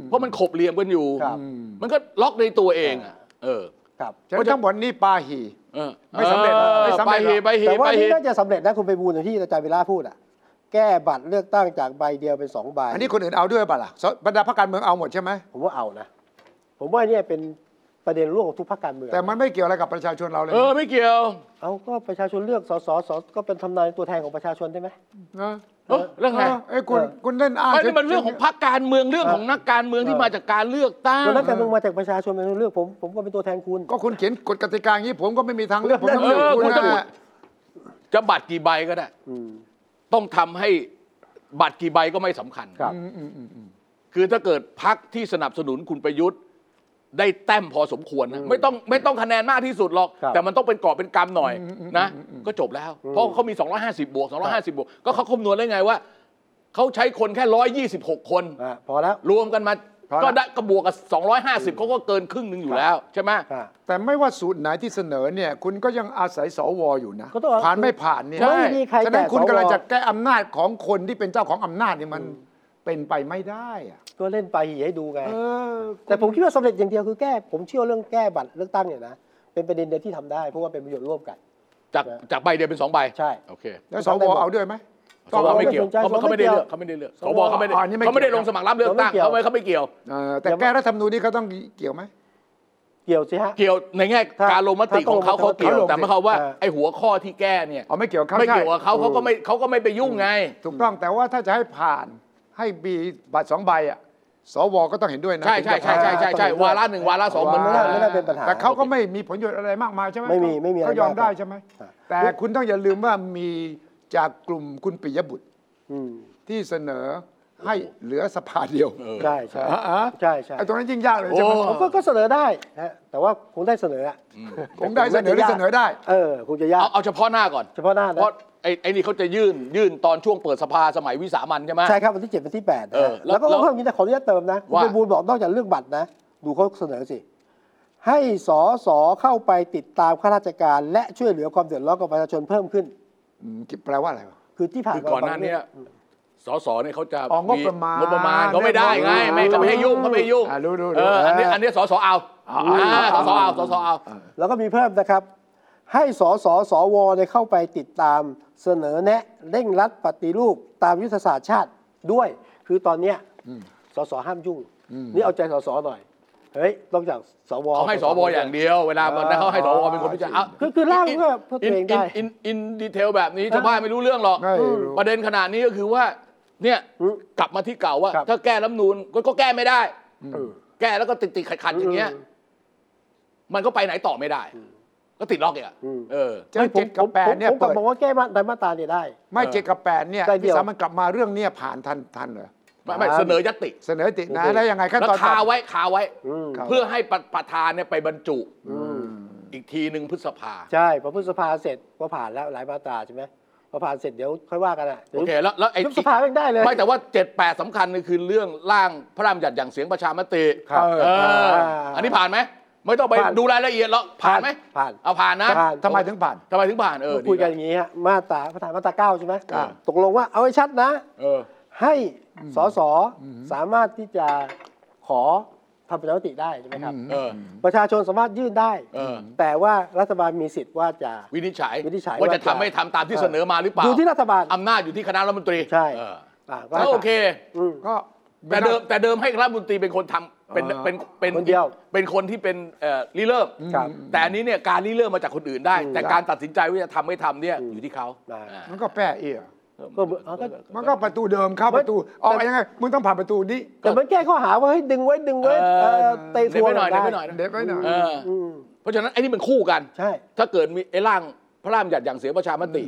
Speaker 2: เพราะมันขบเหลี่ยมกันอยู่
Speaker 1: ครับ
Speaker 2: มันก็ล็อกในตัวเองอะเออ
Speaker 1: ครับ
Speaker 3: ฉะนั้นทั้งหมดนี่ปาหี
Speaker 2: เออ
Speaker 3: ไม่สำเร็จหรอกไม่สำเร็จหรอก
Speaker 2: ออไปเหตุ
Speaker 1: แต่
Speaker 2: ไป
Speaker 1: ว่า
Speaker 2: เห
Speaker 1: นี่
Speaker 2: ตุ
Speaker 1: น่าจะสำเร็จนะคุณไปบูลอย่างที่อาจารย์วิลาพูดอ่ะแก้บัตรเลือกตั้งจากใบเดียวเป็นสองใบ
Speaker 3: อันนี้คนอื่นเอาด้วยเปล่ะล่ะสบรรดาพรรคการเมืองเอาหมดใช่ไหม
Speaker 1: ผมว่าเอานะ ผมว่าเนี่ยเป็นประเด็นร่วมของทุกภาคการเมือง
Speaker 3: แต่มันไม่เกี่ยวอะไรกับประชาชนเราเลย
Speaker 2: เออ ไม่เกี่ยว
Speaker 1: เอาก็ประชาชนเลือกสสสก็เป็นทำนายตัวแทนของประชาชนได้ไหม
Speaker 3: นะ
Speaker 2: เออเรื่องไง
Speaker 3: เออเอ้ยคุณคุณเล่นอ้าง
Speaker 2: ไม่นี่มันเรื่องของพรรคการเมืองเรื่องของนักการเมืองที่
Speaker 1: เออ
Speaker 2: มาจากการเลือกตั้ง
Speaker 1: ตัวนักการเมืองมาจากประชาชนเป็นคนเลือกผม ผมก็เป็นตัวแทนคุณ
Speaker 3: ก็คุณเขียนกฎกติกาอย่างนี้ผมก็ไม่มีทางเลือกผมต้อง
Speaker 2: เออ
Speaker 3: เลือกคุณ
Speaker 2: คุณต้
Speaker 3: นะ
Speaker 2: อง จะบัตรกี่ใบก็ได้
Speaker 1: อืม
Speaker 2: ต้องทำให้บัตรกี่ใบก็ไม่สำคัญ
Speaker 1: ครับ
Speaker 3: อืมอืมอืมอืม
Speaker 2: คือถ้าเกิดพักที่สนับสนุนคุณประยุทธ์ ได้แต้มพอสมควรนะไม่ต้องไม่ต้องคะแนนมากที่สุดหรอก
Speaker 1: ครับ
Speaker 2: แต่มันต้องเป็นกรอบเป็นกรรมหน่อย
Speaker 3: อืมอืม
Speaker 2: นะ
Speaker 3: อืมอืม
Speaker 2: ก็จบแล้ว เพราะเขามี 250 บวก 250 บวก ก็เขาคำนวณได้ไงว่า เขาใช้คนแค่ 126 คน
Speaker 1: อ่ะพอแล้ว
Speaker 2: รวมกันมา
Speaker 3: พอละ
Speaker 2: ก็ได้กระบวกกับ 250เขาก็เกินครึ่งหนึ่งอยู่แล้ว ใช่ไหม
Speaker 1: อ่ะ
Speaker 3: แต่ไม่ว่าสูตรไหนที่เสนอเนี่ย คุณก็ยังอาศัยสวอยู่นะ
Speaker 1: ก็ต้องเอา
Speaker 3: ผ่านไม่ผ่านเนี่ย
Speaker 1: ใช่ไม่มีใคร
Speaker 3: ฉะนั้น
Speaker 1: แตะ
Speaker 3: คุณ
Speaker 1: สว
Speaker 3: กำลังจะแก้อำนาจของคนที่เป็นเจ้าของอำนาจเนี่ยมันเป็นไปไม่ได้อะ
Speaker 1: ก็เล่นไปหีให้ดูไง
Speaker 3: เออ
Speaker 1: แต่ผมคิดว่าสำเร็จอย่างเดียวคือแก้ ผมเชื่อเรื่องแก้บัตรเลือกตั้งเนี่ยนะ เป็นประเด็นเดียวที่ทำได้ เพราะว่าเป็นประโยชน์ร่วมกัน
Speaker 2: จากจากใบเดียวเป็นสองใบ
Speaker 1: ใช่
Speaker 2: โอเค
Speaker 3: แล้วสวเอาด้วยไหม
Speaker 2: สวไม่เกี่ยว
Speaker 1: สวไม่สนใจ
Speaker 2: เขาเขาไม่ได้เลือก
Speaker 1: สวไม่เกี่ยว
Speaker 2: เขาไม่ได้เลือก
Speaker 1: ส
Speaker 2: ส
Speaker 1: ว
Speaker 2: วเขาไม่ได้
Speaker 3: อ๋อนี่ไม่เกี่ยว
Speaker 2: เขาไม่ได้ลงสมัครรับเลือกตั้ง
Speaker 1: สวไม่เกี่ยว
Speaker 2: เขาไม่เขาไม่เกี่ยว
Speaker 3: เออแต่แก้รัฐธรรมนูญนี่เขาต้องเกี่ยวไหม
Speaker 1: เกี่ยวสิฮะ
Speaker 2: เกี่ยวในแง่
Speaker 1: ถ้า
Speaker 2: การลงมติของเขา
Speaker 1: ถ้า
Speaker 2: เขา
Speaker 1: ต้องลง
Speaker 2: เกี่ยว
Speaker 3: เขาลง
Speaker 2: แต่หมายความว่า
Speaker 1: เออ
Speaker 2: ไอ้หัวข้อที่แก้เนี่ย
Speaker 3: อ๋อไม่เกี่ยวครับ
Speaker 2: ไม่เกี่ยว
Speaker 3: ใช่
Speaker 2: กับเขาเขาก็ไม่เขาก็ไม่ไปยุ่งไง
Speaker 3: ถูกต้องแต่ว่าถ้าจะให้ผ่านให้มีบัตรสองใบอ่ะสวก็ต้องเห็นด้วยนะ
Speaker 2: ใช่ใช่ใช่ใช่ใช่ใช่
Speaker 1: ต้องเห็นด้วย
Speaker 2: วาระหนึ่งวาระสองเหมือน
Speaker 1: ไม่
Speaker 2: กั
Speaker 1: น่าน ไม่น่าเป็นปัญหา
Speaker 3: แต่เขาก็ไม่มีผลประโยชน์อะไรมากมายใช่ไหม
Speaker 1: ไม่มีไม่มีอะไร
Speaker 3: เขายอม
Speaker 1: มาก
Speaker 3: ได้ใช่ไหม
Speaker 1: ครับ
Speaker 3: แต่คุณต้องอย่าลืมว่ามีจากกลุ่มคุณปิยบุตร
Speaker 1: อืม
Speaker 3: ที่เสนอให้เหลือสภาเดียว
Speaker 2: เออ
Speaker 1: ใช่ใช่
Speaker 3: อ่ะ
Speaker 1: ใช่ใช่
Speaker 3: ไอ้ตรงนั้นยิ่งยากเลยใช่ไหม
Speaker 2: โอ้
Speaker 1: ผมก็ก็เสนอได้ฮะแต่ว่าคงได้เสนออะ
Speaker 3: คงได้เสนอหรือเสนอได้
Speaker 1: เออคงจะยาก
Speaker 2: เอาเอาเฉพาะหน้าก่อน
Speaker 1: เฉพาะหน้านะ
Speaker 2: เพราะไอ้ไอ้นี่เขาจะยื่นยื่นตอนช่วงเปิดสภาสมัยวิสามันใช่ไหม
Speaker 1: ใช่ครับวันที่7วันที่8นะ
Speaker 2: เอ
Speaker 1: ฮะ
Speaker 2: อแล้
Speaker 1: แล้ว วก็เพิ่มนี้แต่ขออนุญาตเติมนะคุณ
Speaker 2: ว่า
Speaker 1: ไปบูลบอกนอกจากเรื่องบัตรนะ ดูเขาเสนอสิ ให้สอสอเข้าไปติดตามข้าราชการ และช่วยเหลือความเดือดร้อนของประชาชนเพิ่มขึ้น
Speaker 3: อืมแปลว่าอะไรวะ
Speaker 1: คือที่ผ่าน
Speaker 2: คือ
Speaker 1: ม
Speaker 2: ก่อนหน้าเนี้ยสสเนี่ยเขาจะ
Speaker 3: อ๋องบประมาณ
Speaker 2: งบประมาณเขาไม่ได้ไงไม่เขาไม่ให้ยุ่งเขาไม่ให้ยุ่ง
Speaker 3: อ่ารู้รู้รู้
Speaker 2: เอออันนี้อันนี้สสเอา
Speaker 3: อ๋ออ๋ออ๋ออ๋
Speaker 2: ส
Speaker 3: อ
Speaker 2: สเอาสสเอา
Speaker 1: แล้วก็มีเพิ่มนะครับ ให้สอสอสอวอเนี่ยเข้าไปติดตามเสนอแนะเร่งรัดปฏิรูปตามยุทธศาสตร์ชาติด้วย คือตอนเนี้ยสอสอห้ามยุ่ง นี่เอาใจสอสอหน่อย เฮ้ยต้องจากสว
Speaker 2: เขาให้สวอย่างเดียว เวลามัน
Speaker 3: อ่า
Speaker 2: เขาให้สวเป็นคนพิจารณา
Speaker 1: คือคือร่างเพื่อเพื่อตัวเองได้
Speaker 2: อินอินดีเทลแบบนี้ชาวบ้านไม่รู้เรื่องหรอก
Speaker 3: ไม่รู้
Speaker 2: ประเด็นขนาดนี้ก็คือว่า เนี่ย
Speaker 1: อืม
Speaker 2: กลับมาที่เก่าว่า
Speaker 1: ครับ
Speaker 2: ถ้าแก้รัฐธรรมนูนก็แก้ไม่ได้
Speaker 1: เออ
Speaker 2: แก้แล้วก็ติดติดขัดขัดอย่างเงี้ย มันก็ไปไหนต่อไม่ได้ ก็ติดล็อกอีกอ่ะเออ
Speaker 3: เจ้าเจ็ดกับแปดเนี่ย
Speaker 1: ผมผมกลั
Speaker 3: เปิด
Speaker 1: บบอกว่าแก้มาตรามาตราเนี่ยได้
Speaker 3: ไม่
Speaker 2: เออ
Speaker 3: เจ็ดกับแปดเนี่ย
Speaker 1: ได้เดี
Speaker 3: พี่
Speaker 1: ยว
Speaker 3: สามันกลับมาเรื่องเนี่ยผ่านทันทันเหรอ
Speaker 2: ไม่ไม่เสนอยัตติ
Speaker 3: เสนอติดนะ
Speaker 1: โอเค
Speaker 3: แล้วยังไงขั้น
Speaker 2: แล้ว
Speaker 3: ตอนต่อ
Speaker 2: คาไว้คาไว้
Speaker 1: อืม
Speaker 3: ครับ
Speaker 2: เพื่อให้ประประธานเนี่ยไปบรรจุ
Speaker 1: อืม
Speaker 2: อีกทีหนึ่งพฤษภา
Speaker 1: ใช่พอพฤษภาเสร็จก็ผ่านแล้วหลายมาตราใช่ไหมพอผ่านเสร็จเดี๋ยวค่อยว่ากันอ่ะดี๋ย
Speaker 2: โอเคแล้วแล้วไอ้
Speaker 1: ยุบสภาไม่งได้เลย
Speaker 2: ไม่แต่ว่า 7 8สำคัญนี่คือเรื่องร่างพระราชบัญญัติอย่างเสียงประชามติ
Speaker 1: ครับ
Speaker 2: เออ
Speaker 1: เอออั
Speaker 2: อันนี้ผ่านไหม ไม่ต้องไป
Speaker 1: ผ่าน
Speaker 2: ดูรายละเอียดหรอกผ่านไหม
Speaker 1: ผ่าน
Speaker 2: เอาผ่านนะ
Speaker 1: ผ่าน
Speaker 3: ทำไมถึงผ่าน
Speaker 2: ทำไมถึงผ่านเออ
Speaker 1: คุยกันอ
Speaker 2: ดีะ
Speaker 1: ย่างนี้ฮะมาตราประธานมาตราเก้าใช่ไหม
Speaker 3: ครับ
Speaker 1: ตกลงว่าเอาให้ชัดนะ
Speaker 2: เออ
Speaker 1: ให้สสสามารถที่จะขอทำประชามติได้ใช่ไหมครับ
Speaker 2: เออ
Speaker 1: ประชาชนสามารถยื่นได้
Speaker 2: เออ
Speaker 1: แต่ว่ารัฐบาลมีสิทธิ์ว่าจะ
Speaker 2: วินิจฉัย
Speaker 1: วินิจฉัย
Speaker 2: ว่าจะ
Speaker 1: ว่าจะ
Speaker 2: ทำไม่ทำตามที่เสนอมาหรือเปล่า
Speaker 1: อยู่ที่รัฐบาล
Speaker 2: อำนาจอยู่ที่คณะรัฐมนตรี
Speaker 1: ใช่
Speaker 2: เออ
Speaker 1: อ่ะ
Speaker 2: ก็โอเค
Speaker 1: อืม
Speaker 3: ก็
Speaker 2: แต่เดิมแต่เดิมให้รัฐมนตรีเป็นคนทำเป็นเป็นเป็น
Speaker 1: คนเดียว
Speaker 2: เป็นคนที่เป็นเอ่อริเริ่ม
Speaker 1: ครับ
Speaker 2: แต่อันนี้เนี่ยการริเริ่มมาจากคนอื่นได้ แต่การตัดสินใจว่าจะทำไม่ทำเนี่ยอยู่ที่เขา
Speaker 1: ได้
Speaker 2: อ่า
Speaker 3: มันก็แปรเอี่ย
Speaker 1: ก็เหมือนเอาก็
Speaker 3: มันก็ประตูเดิมเข้าประตูออก
Speaker 1: แต่
Speaker 3: ยังไงมึงต้องผ่านประตูนี้
Speaker 1: แต่มันแก้ข้อหาว่าเฮ้ยดึงไว้ดึงไว้
Speaker 2: เออ
Speaker 1: เอ่อเตะทวง
Speaker 2: เดี๋ยวไปหน่อย
Speaker 1: ด้
Speaker 2: เดี๋ยวไปหน่อย
Speaker 3: เด็ดไว้หน่อย
Speaker 2: เอออ
Speaker 1: ม
Speaker 2: เพราะฉะนั้นไอ้นี่มันคู่กัน
Speaker 1: ใช่
Speaker 2: ถ้าเกิดมีไอ้ร่างพระรามหยัดอย่างเสียงประชามติ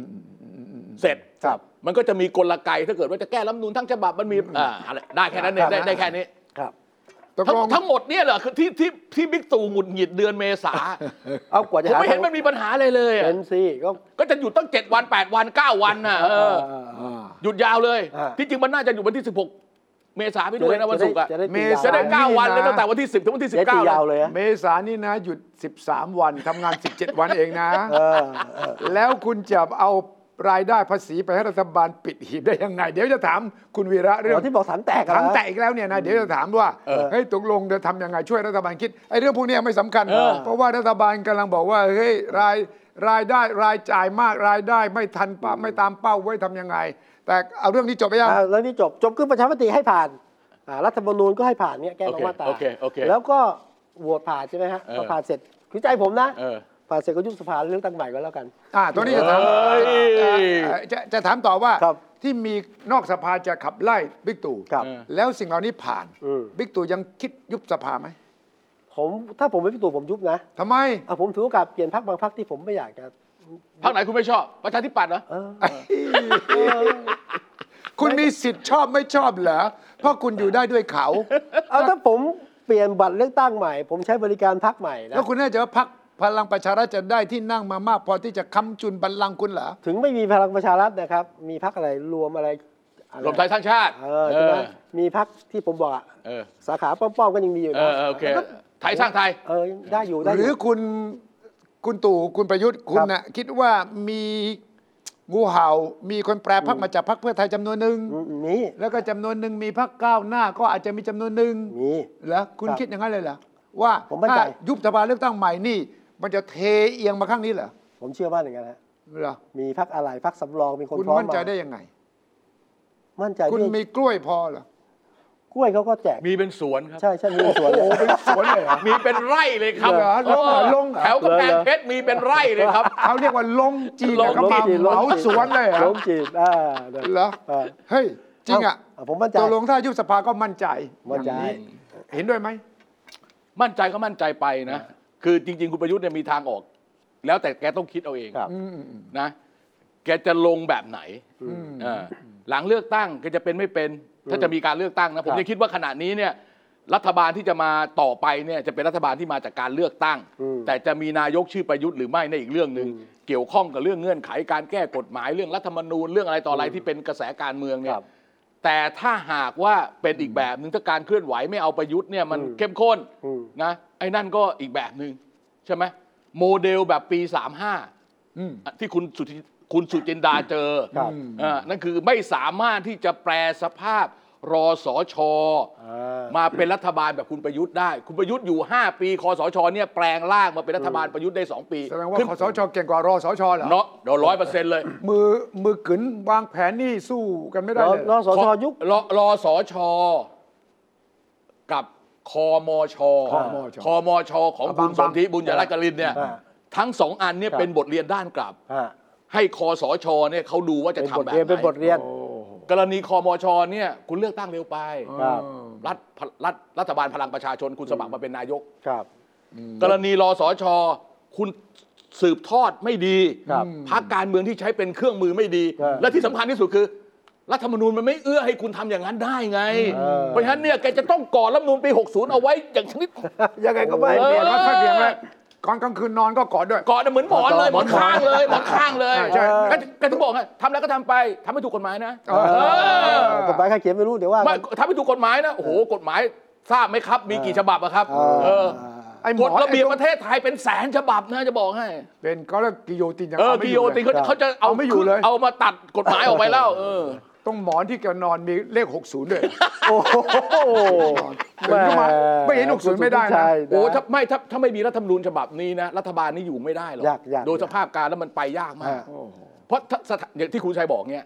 Speaker 2: เสร็จ
Speaker 1: ครับ
Speaker 2: มันก็จะมีกลไกถ้าเกิดว่าจะแก้รัฐธรรมนูนทั้งฉบับมันมีอ่าอะไรได้แค่นั้นเองได้ได้แค่นี้
Speaker 1: ครับ
Speaker 3: ตก
Speaker 2: ทั้ง
Speaker 3: ลง
Speaker 2: ทั้งหมดเนี่ยเหรอคือที่ที่ที่บิ๊กตู่หงุดหงิดเดือนเมษา
Speaker 1: เอากว่าจะ
Speaker 2: ผม
Speaker 1: หา
Speaker 2: ไม่เห็นมันมีปัญหาเลยเลยอะ
Speaker 1: เป็นสิก็
Speaker 2: ก็จะหยุดตั้ง 7 วัน 8 วัน 9 วันน่ะเออ
Speaker 3: อ่า
Speaker 2: หยุดยาวเลย
Speaker 1: อ่า
Speaker 2: ที่จริงมันน่าจะอยู่วันที่ 16 เมษาไปด้วยนะวันศุกร์อะ
Speaker 1: จะได้
Speaker 3: เม
Speaker 1: ตี
Speaker 3: ษ
Speaker 2: จะ
Speaker 1: ยาว
Speaker 2: ได้
Speaker 3: จะได้
Speaker 2: 9 วัน
Speaker 3: นี่นะ
Speaker 2: เลยตั้งแต่วันที่ 10ถึงวันที่
Speaker 1: จะได้ตี
Speaker 2: 19
Speaker 1: ยาว
Speaker 2: เลย
Speaker 1: เลยฮะ
Speaker 3: เมษานี่นะหยุด 13 วันทำงาน 17 วันเองนะ
Speaker 1: เออเออ
Speaker 3: แล้วคุณจะเอารายได้ภาษีไปให้รัฐบาลปิดหีบได้ยังไง เดี๋ยวจะถามคุณวีระเรื่อง
Speaker 1: อ๋อที่บอกถังแตกอะนะ
Speaker 3: ถังแตกอีกแล้วเนี่ยนะเดี๋ยวจะถามว่าเฮ้ยตกลงจะทำยังไงช่วยรัฐบาลคิดไอ้เรื่องพวกเนี้ยไม่สำคัญ เพราะว่ารัฐบาลกำลังบอกว่าเฮ้ยรายรายได้รายจ่ายมากรายได้ไม่ทันเป้าไม่ตามเป้าไว้ยทำยังไง แต่เอาเรื่องนี้จบไปยัง
Speaker 1: อ่าแล้วนี่จบจบคือประชามติให้ผ่านอ่ารัฐธรรมนูญก็ให้ผ่านเนี่ยแก้มา
Speaker 2: โอเค
Speaker 1: มาตรา
Speaker 2: โอเคโอเค
Speaker 1: แล้วก็โหวตผ่านใช่ไหมฮะ
Speaker 2: เออ
Speaker 1: พอผ่านเสร็จคือใจผมนะ
Speaker 2: เออ
Speaker 1: ผ่านเสร็จก็ยุบสภาแล้วเลือกตั้งใหม่ก็แล้วกัน
Speaker 3: อ่าตัวนี้จะถาม
Speaker 2: เอ้ย
Speaker 3: เอ่อจะจะถามต่อว่า
Speaker 1: ครับ
Speaker 3: ที่มีนอกสภาจะขับไล่บิ๊กตู่
Speaker 1: ครับ
Speaker 3: แล้วสิ่งเหล่านี้ผ่าน
Speaker 1: อืม
Speaker 3: บิ๊กตู่ยังคิดยุบสภาไหม
Speaker 1: ผมถ้าผมไม่พิสูจน์ผมยุบนะ
Speaker 3: ทำไม
Speaker 1: อ่ะผมถือโอกาสเปลี่ยนพรรคบางพรรคที่ผมไม่อยากจะ
Speaker 2: พักไหนคุณไม่ชอบ ประชาธิปัตย์เหรอ
Speaker 1: เออ
Speaker 3: คุณมีสิทธิ์ชอบไม่ชอบเหรอเพราะคุณอยู่ได้ด้วยเขา
Speaker 1: เอาถ้าผมเปลี่ยนบัตรเลือกตั้งใหม่ ผมใช้บริการพรรคใหม่นะ
Speaker 3: แล้วคุณแน่ใจว่าพักพลังประชารัฐจะได้ที่นั่งมามากพอที่จะค้ำจุนบัลลังก์คุณเหรอ
Speaker 1: ถึงไม่มีพลังประชารัฐนะครับ มีพรรคอะไรรวมอะไรอะ
Speaker 2: รวมไทยสร้างชาติ
Speaker 1: เออใช่ไหม
Speaker 2: เออ
Speaker 1: มีพรรคที่ผมบอกอะ
Speaker 2: เออ
Speaker 1: สาขาป้อมๆก็ยังมีอยู่
Speaker 2: เอ
Speaker 1: นะ
Speaker 2: อเออโอเค ไทยสร้างไทย
Speaker 1: เออยังได้อยู่ได้
Speaker 3: ห
Speaker 1: ยู่
Speaker 3: รือคุณคุณตู่คุณประยุทธ์คุณน่ะคิดว่ามีงูเห่ามีคนแปรพักมาจากพักเพื่อไทยจำนวนหนึ่ง
Speaker 1: อืมมี
Speaker 3: แล้วก็จำนวนหนึ่งมีพักก้าวหน้าก็อาจจะมีจำนวนหนึ่ง
Speaker 1: มี
Speaker 3: เหรอคุณ
Speaker 1: ครับ
Speaker 3: คิดอย่างนั้นเลยเหรอว่า
Speaker 1: ผมมั่นใจ
Speaker 3: ถ้ายุบสภาเลือกตั้งใหม่นี่ มันจะเทเอียงมาข้างนี้เหรอ
Speaker 1: ผมเชื่อว่าอย่างนั้นฮะ
Speaker 3: เหรอ
Speaker 1: มีพักอะไรพักสำรองมีคน
Speaker 3: คุณ
Speaker 1: พร้อม
Speaker 3: มั่นใจ
Speaker 1: มา
Speaker 3: ได้ยังไง
Speaker 1: มั่นใจ
Speaker 3: คุณ
Speaker 1: ที่
Speaker 3: มีกล้วยพอเหรอก
Speaker 1: ล้วยเขาก็แจก
Speaker 2: มีเป็นสวนครับ
Speaker 1: ใช่ใช่มีสวนเลย
Speaker 3: สวนเลยเหรอ
Speaker 2: มีเป็นไร่เลยครับ
Speaker 3: เหรอลงเหรอลงเหรอ
Speaker 2: แถวกำแพงเพชรมีเป็นไร่เลยครับ
Speaker 3: เขาเรียกว่าลงจีนเหรอ
Speaker 2: ล
Speaker 3: เขา
Speaker 2: งจี
Speaker 3: มาน เหมาสวนเลยเหร
Speaker 1: ล้
Speaker 3: อ
Speaker 1: มจีบอ่าเดี๋ยว
Speaker 3: เหรอ
Speaker 1: เออ
Speaker 3: เฮ้ยจริงอ่ะ
Speaker 1: เอ้าผมมั่นใจ
Speaker 3: ตกลงถ้ายุบสภาก็มั่นใจ
Speaker 1: มั่นใจ
Speaker 3: อย่างเห็นด้วยไหม
Speaker 2: มั่นใจก็มั่นใจไปนะ คือจริง ๆ คุณประยุทธ์เนี่ยมีทางออก แล้วแต่แกต้องคิดเอาเอง
Speaker 1: ครับ
Speaker 2: นะ แกจะลงแบบไหนเออหลังเลือกตั้งแกจะเป็นไม่เป็น ถ้าจะมีการเลือกตั้งนะ ผม
Speaker 1: ครับ
Speaker 2: ยังคิดว่าขณะนี้เนี่ย รัฐบาลที่จะมาต่อไปเนี่ยจะเป็นรัฐบาลที่มาจากการเลือกตั้ง
Speaker 1: อืม
Speaker 2: แต่จะมีนายกชื่อประยุทธ์หรือไม่ในยอีกเรื่องหนึ่งเกี่ยวข้องกับเรื่องเงื่อนไขการแก้กฎหมายเรื่องรัฐธรรมนูญเรื่องอะไรต่ออะไรที่เป็นกระแสการเมืองเนี่
Speaker 1: ค
Speaker 2: ย
Speaker 1: รับ
Speaker 2: แต่ถ้าหากว่าเป็นอีกแบบหนึ่งถ้าการเคลื่อนไหวไม่เอาประยุทธ์เนี่ยมันเข้มข้น
Speaker 1: อืม
Speaker 2: นะไอ้นั่นก็อีกแบบหนึ่งใช่ไหมโมเดลแบบปี
Speaker 3: อืม
Speaker 2: 35ที่คุณสุจิคุณสุจินดาเจอ
Speaker 1: ครับ
Speaker 2: เออนั่นคือไม่สามารถที่จะแปลสภาพรอสอชอ
Speaker 1: อ่า
Speaker 2: มาเป็นรัฐบาลแบบคุณประยุทธ์ได้ คุณประยุทธ์อยู่ 5 ปีคอสชเนี่ยแปลงร่างมาเป็นรัฐบาลประยุทธ์ได้ 2 ปี
Speaker 3: แสดงว่า
Speaker 2: ขึ้น
Speaker 3: คอสชเก่งกว่ารอสชเหรอ
Speaker 2: เนาะเดี๋ยวร้อยเปอร์เซ็นต์เลย
Speaker 3: มือมือกึนวางแผนนี่สู้กันไม่ได้
Speaker 1: รอ
Speaker 3: เลยเห
Speaker 1: ร
Speaker 3: ร
Speaker 1: อ
Speaker 3: อ
Speaker 1: สชยุค
Speaker 2: รอรอสอชอกับคอมอชอ
Speaker 3: คมช
Speaker 2: คมชของ
Speaker 3: อ่ะ
Speaker 2: คุณ
Speaker 3: บางๆ
Speaker 2: สนธิบุญยรักกลินเนี่ย
Speaker 1: อ่า
Speaker 2: ทั้งสองอันเนี่ย
Speaker 1: ครับ
Speaker 2: เป็นบทเรียนด้านกลับ
Speaker 1: อ่า
Speaker 2: ให้คอสชเนี่ยเขาดูว่าจะ
Speaker 1: เป็นบท
Speaker 2: ทำแบบ
Speaker 1: เรียนเป็นบท
Speaker 2: ไหน
Speaker 1: เรียน
Speaker 2: กรณีคอมชเนี่ยคุณเลือกตั้งเร็วไป
Speaker 1: ครับ
Speaker 2: รัฐรัฐรัฐบาลพลังประชาชนคุณสมัครมาเป็นนายก
Speaker 1: ครับ
Speaker 2: กรณีรอสอชอคุณสืบทอดไม่ดี
Speaker 1: ครับ
Speaker 2: พักการเมืองที่ใช้เป็นเครื่องมือไม่ดี
Speaker 1: ใช่
Speaker 2: และที่สำคัญที่สุดคือ รัฐธรรมนูญมันไม่เอื้อให้คุณทำอย่างนั้นได้ไง
Speaker 1: เออ
Speaker 2: เพราะฉะนั้นเนี่ยแกจะต้องก่อรัฐธรรมนูญปี 60 เอาไว้อย่างชนิด
Speaker 1: ยังไงก็ไม่
Speaker 2: โอ้
Speaker 1: เป
Speaker 3: เป
Speaker 1: ลี่ยนว่า
Speaker 3: ลี่ยนวัดค่อยเปลี่ยนเลยก่อนกลางคืนนอนก็กอดด้วย
Speaker 2: ก่อนน่ะเหมือนหมอนเลยหมอนข้างเลยหมอนข้างเลย
Speaker 3: ใช่ใช่
Speaker 2: แกแกถึงบอกไงทำแล้วก็ทำไปทำให้ถูกกฎหมายนะ
Speaker 3: เออ
Speaker 2: เออ
Speaker 1: กฎหมายใครเขียนไม่รู้เดี๋ยวว่า
Speaker 2: ไม่
Speaker 1: กัน
Speaker 2: ทำให้ถูกกฎหมายนะโอ้โหกฎหมายทราบไหมครับ มีกี่ฉบับอะครับ
Speaker 1: เออ
Speaker 2: เออ
Speaker 3: ไอ้หม
Speaker 2: ก
Speaker 3: อ
Speaker 2: ฎ
Speaker 3: น
Speaker 2: ระเบียบประเทศไทยเป็นแสนฉบับนะจะบอกให้
Speaker 3: เป็นก็เรียกกิโยตินยัง
Speaker 2: เออ
Speaker 3: ไม่
Speaker 2: กิ
Speaker 3: อ
Speaker 2: โย
Speaker 3: ยู่
Speaker 2: ติน
Speaker 3: เลย
Speaker 2: เขาจะเขาจะเอา
Speaker 3: เอาไม่อยู่เลย
Speaker 2: เอามาตัดกฎหมายออกไปแล้ว เออ
Speaker 3: ต้องหมอนที่แกนอนมีเลข 60 ด้วย
Speaker 1: โอ้โห
Speaker 3: ตื่นขึ้นมาไม่เห็นหนังสือไม่ได้นะ
Speaker 1: คุณสุทธิชัย
Speaker 2: โอ้ถ้าไม่ถ้าถ้าไม่มีรัฐธรรมนูญฉบับนี้นะ รัฐบาลนี่อยู่ไม่ได้หรอก
Speaker 1: ยากยาก
Speaker 2: โดยสภาพการแล้วมันไปยากมาก
Speaker 1: อ่า
Speaker 2: เพราะถ้าสถาอย่างที่คุณชัยบอกเนี่ย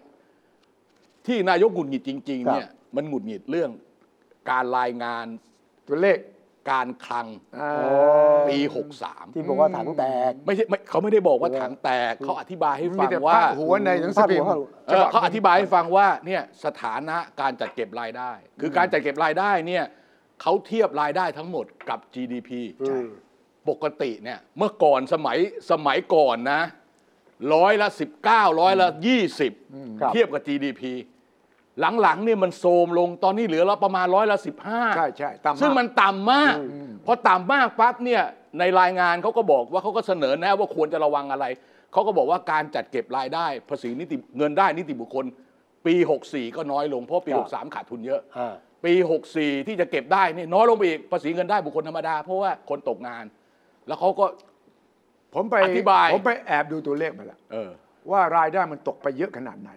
Speaker 2: ที่นายกหงุดหงิดจริง ๆ เนี่ย มันหงุดหงิดเรื่องการรายงาน
Speaker 3: ตัวเลข
Speaker 2: การคลัง
Speaker 3: อ่า
Speaker 2: ปี
Speaker 1: ที่บอกว่าถังแตก
Speaker 2: 63 ไม่ใช่ไม่เขาไม่ได้บอกว่าถังแตกเขาอธิบายให้
Speaker 3: มี
Speaker 2: ฟัง
Speaker 3: แต่
Speaker 2: ว่า
Speaker 3: พาดหัวในหนังสือพิมพ์
Speaker 1: พาดหัว
Speaker 2: เออเขาอธิบายให้ฟังว่าเนี่ยสถานะการจัดเก็บรายได้ คือการจัดเก็บรายได้เนี่ยเขาเทียบรายได้ทั้งหมดกับ GDP
Speaker 1: อืม
Speaker 2: ปกติเนี่ยเมื่อก่อนสมัยสมัยก่อนนะร้อยละ 19ร้อยละ
Speaker 1: ครับ
Speaker 2: 20 เทียบกับ GDP หลังๆเนี่ยมันโทรมลงตอนนี้เหลือเราประมาณร้อยละสิบห้า
Speaker 3: ใช่ใช่ตาม
Speaker 2: ซึ่งมันต่ำมาก
Speaker 3: อืม
Speaker 2: พอต่ำมากปั๊บเนี่ยในรายงานเขาก็บอกว่าเขาก็เสนอแนะว่าควรจะระวังอะไร เขาก็บอกว่าการจัดเก็บรายได้ ภาษีนิติเงินได้นิติบุคคล ปี 64 ก็น้อยลงเพราะปี
Speaker 1: ครับ
Speaker 2: 63 ขาดทุนเยอะ
Speaker 1: อ่า
Speaker 2: ปี 64 ที่จะเก็บได้นี่น้อยลงไปอีกภาษีเงินได้บุคคลธรรมดา เพราะว่าคนตกงาน แล้วเขาก็
Speaker 3: ผมไป
Speaker 2: อธิบาย
Speaker 3: ผมไปแอบดูตัวเลขมาแล้ว
Speaker 2: เออ
Speaker 3: ว่ารายได้มันตกไปเยอะขนาดไหน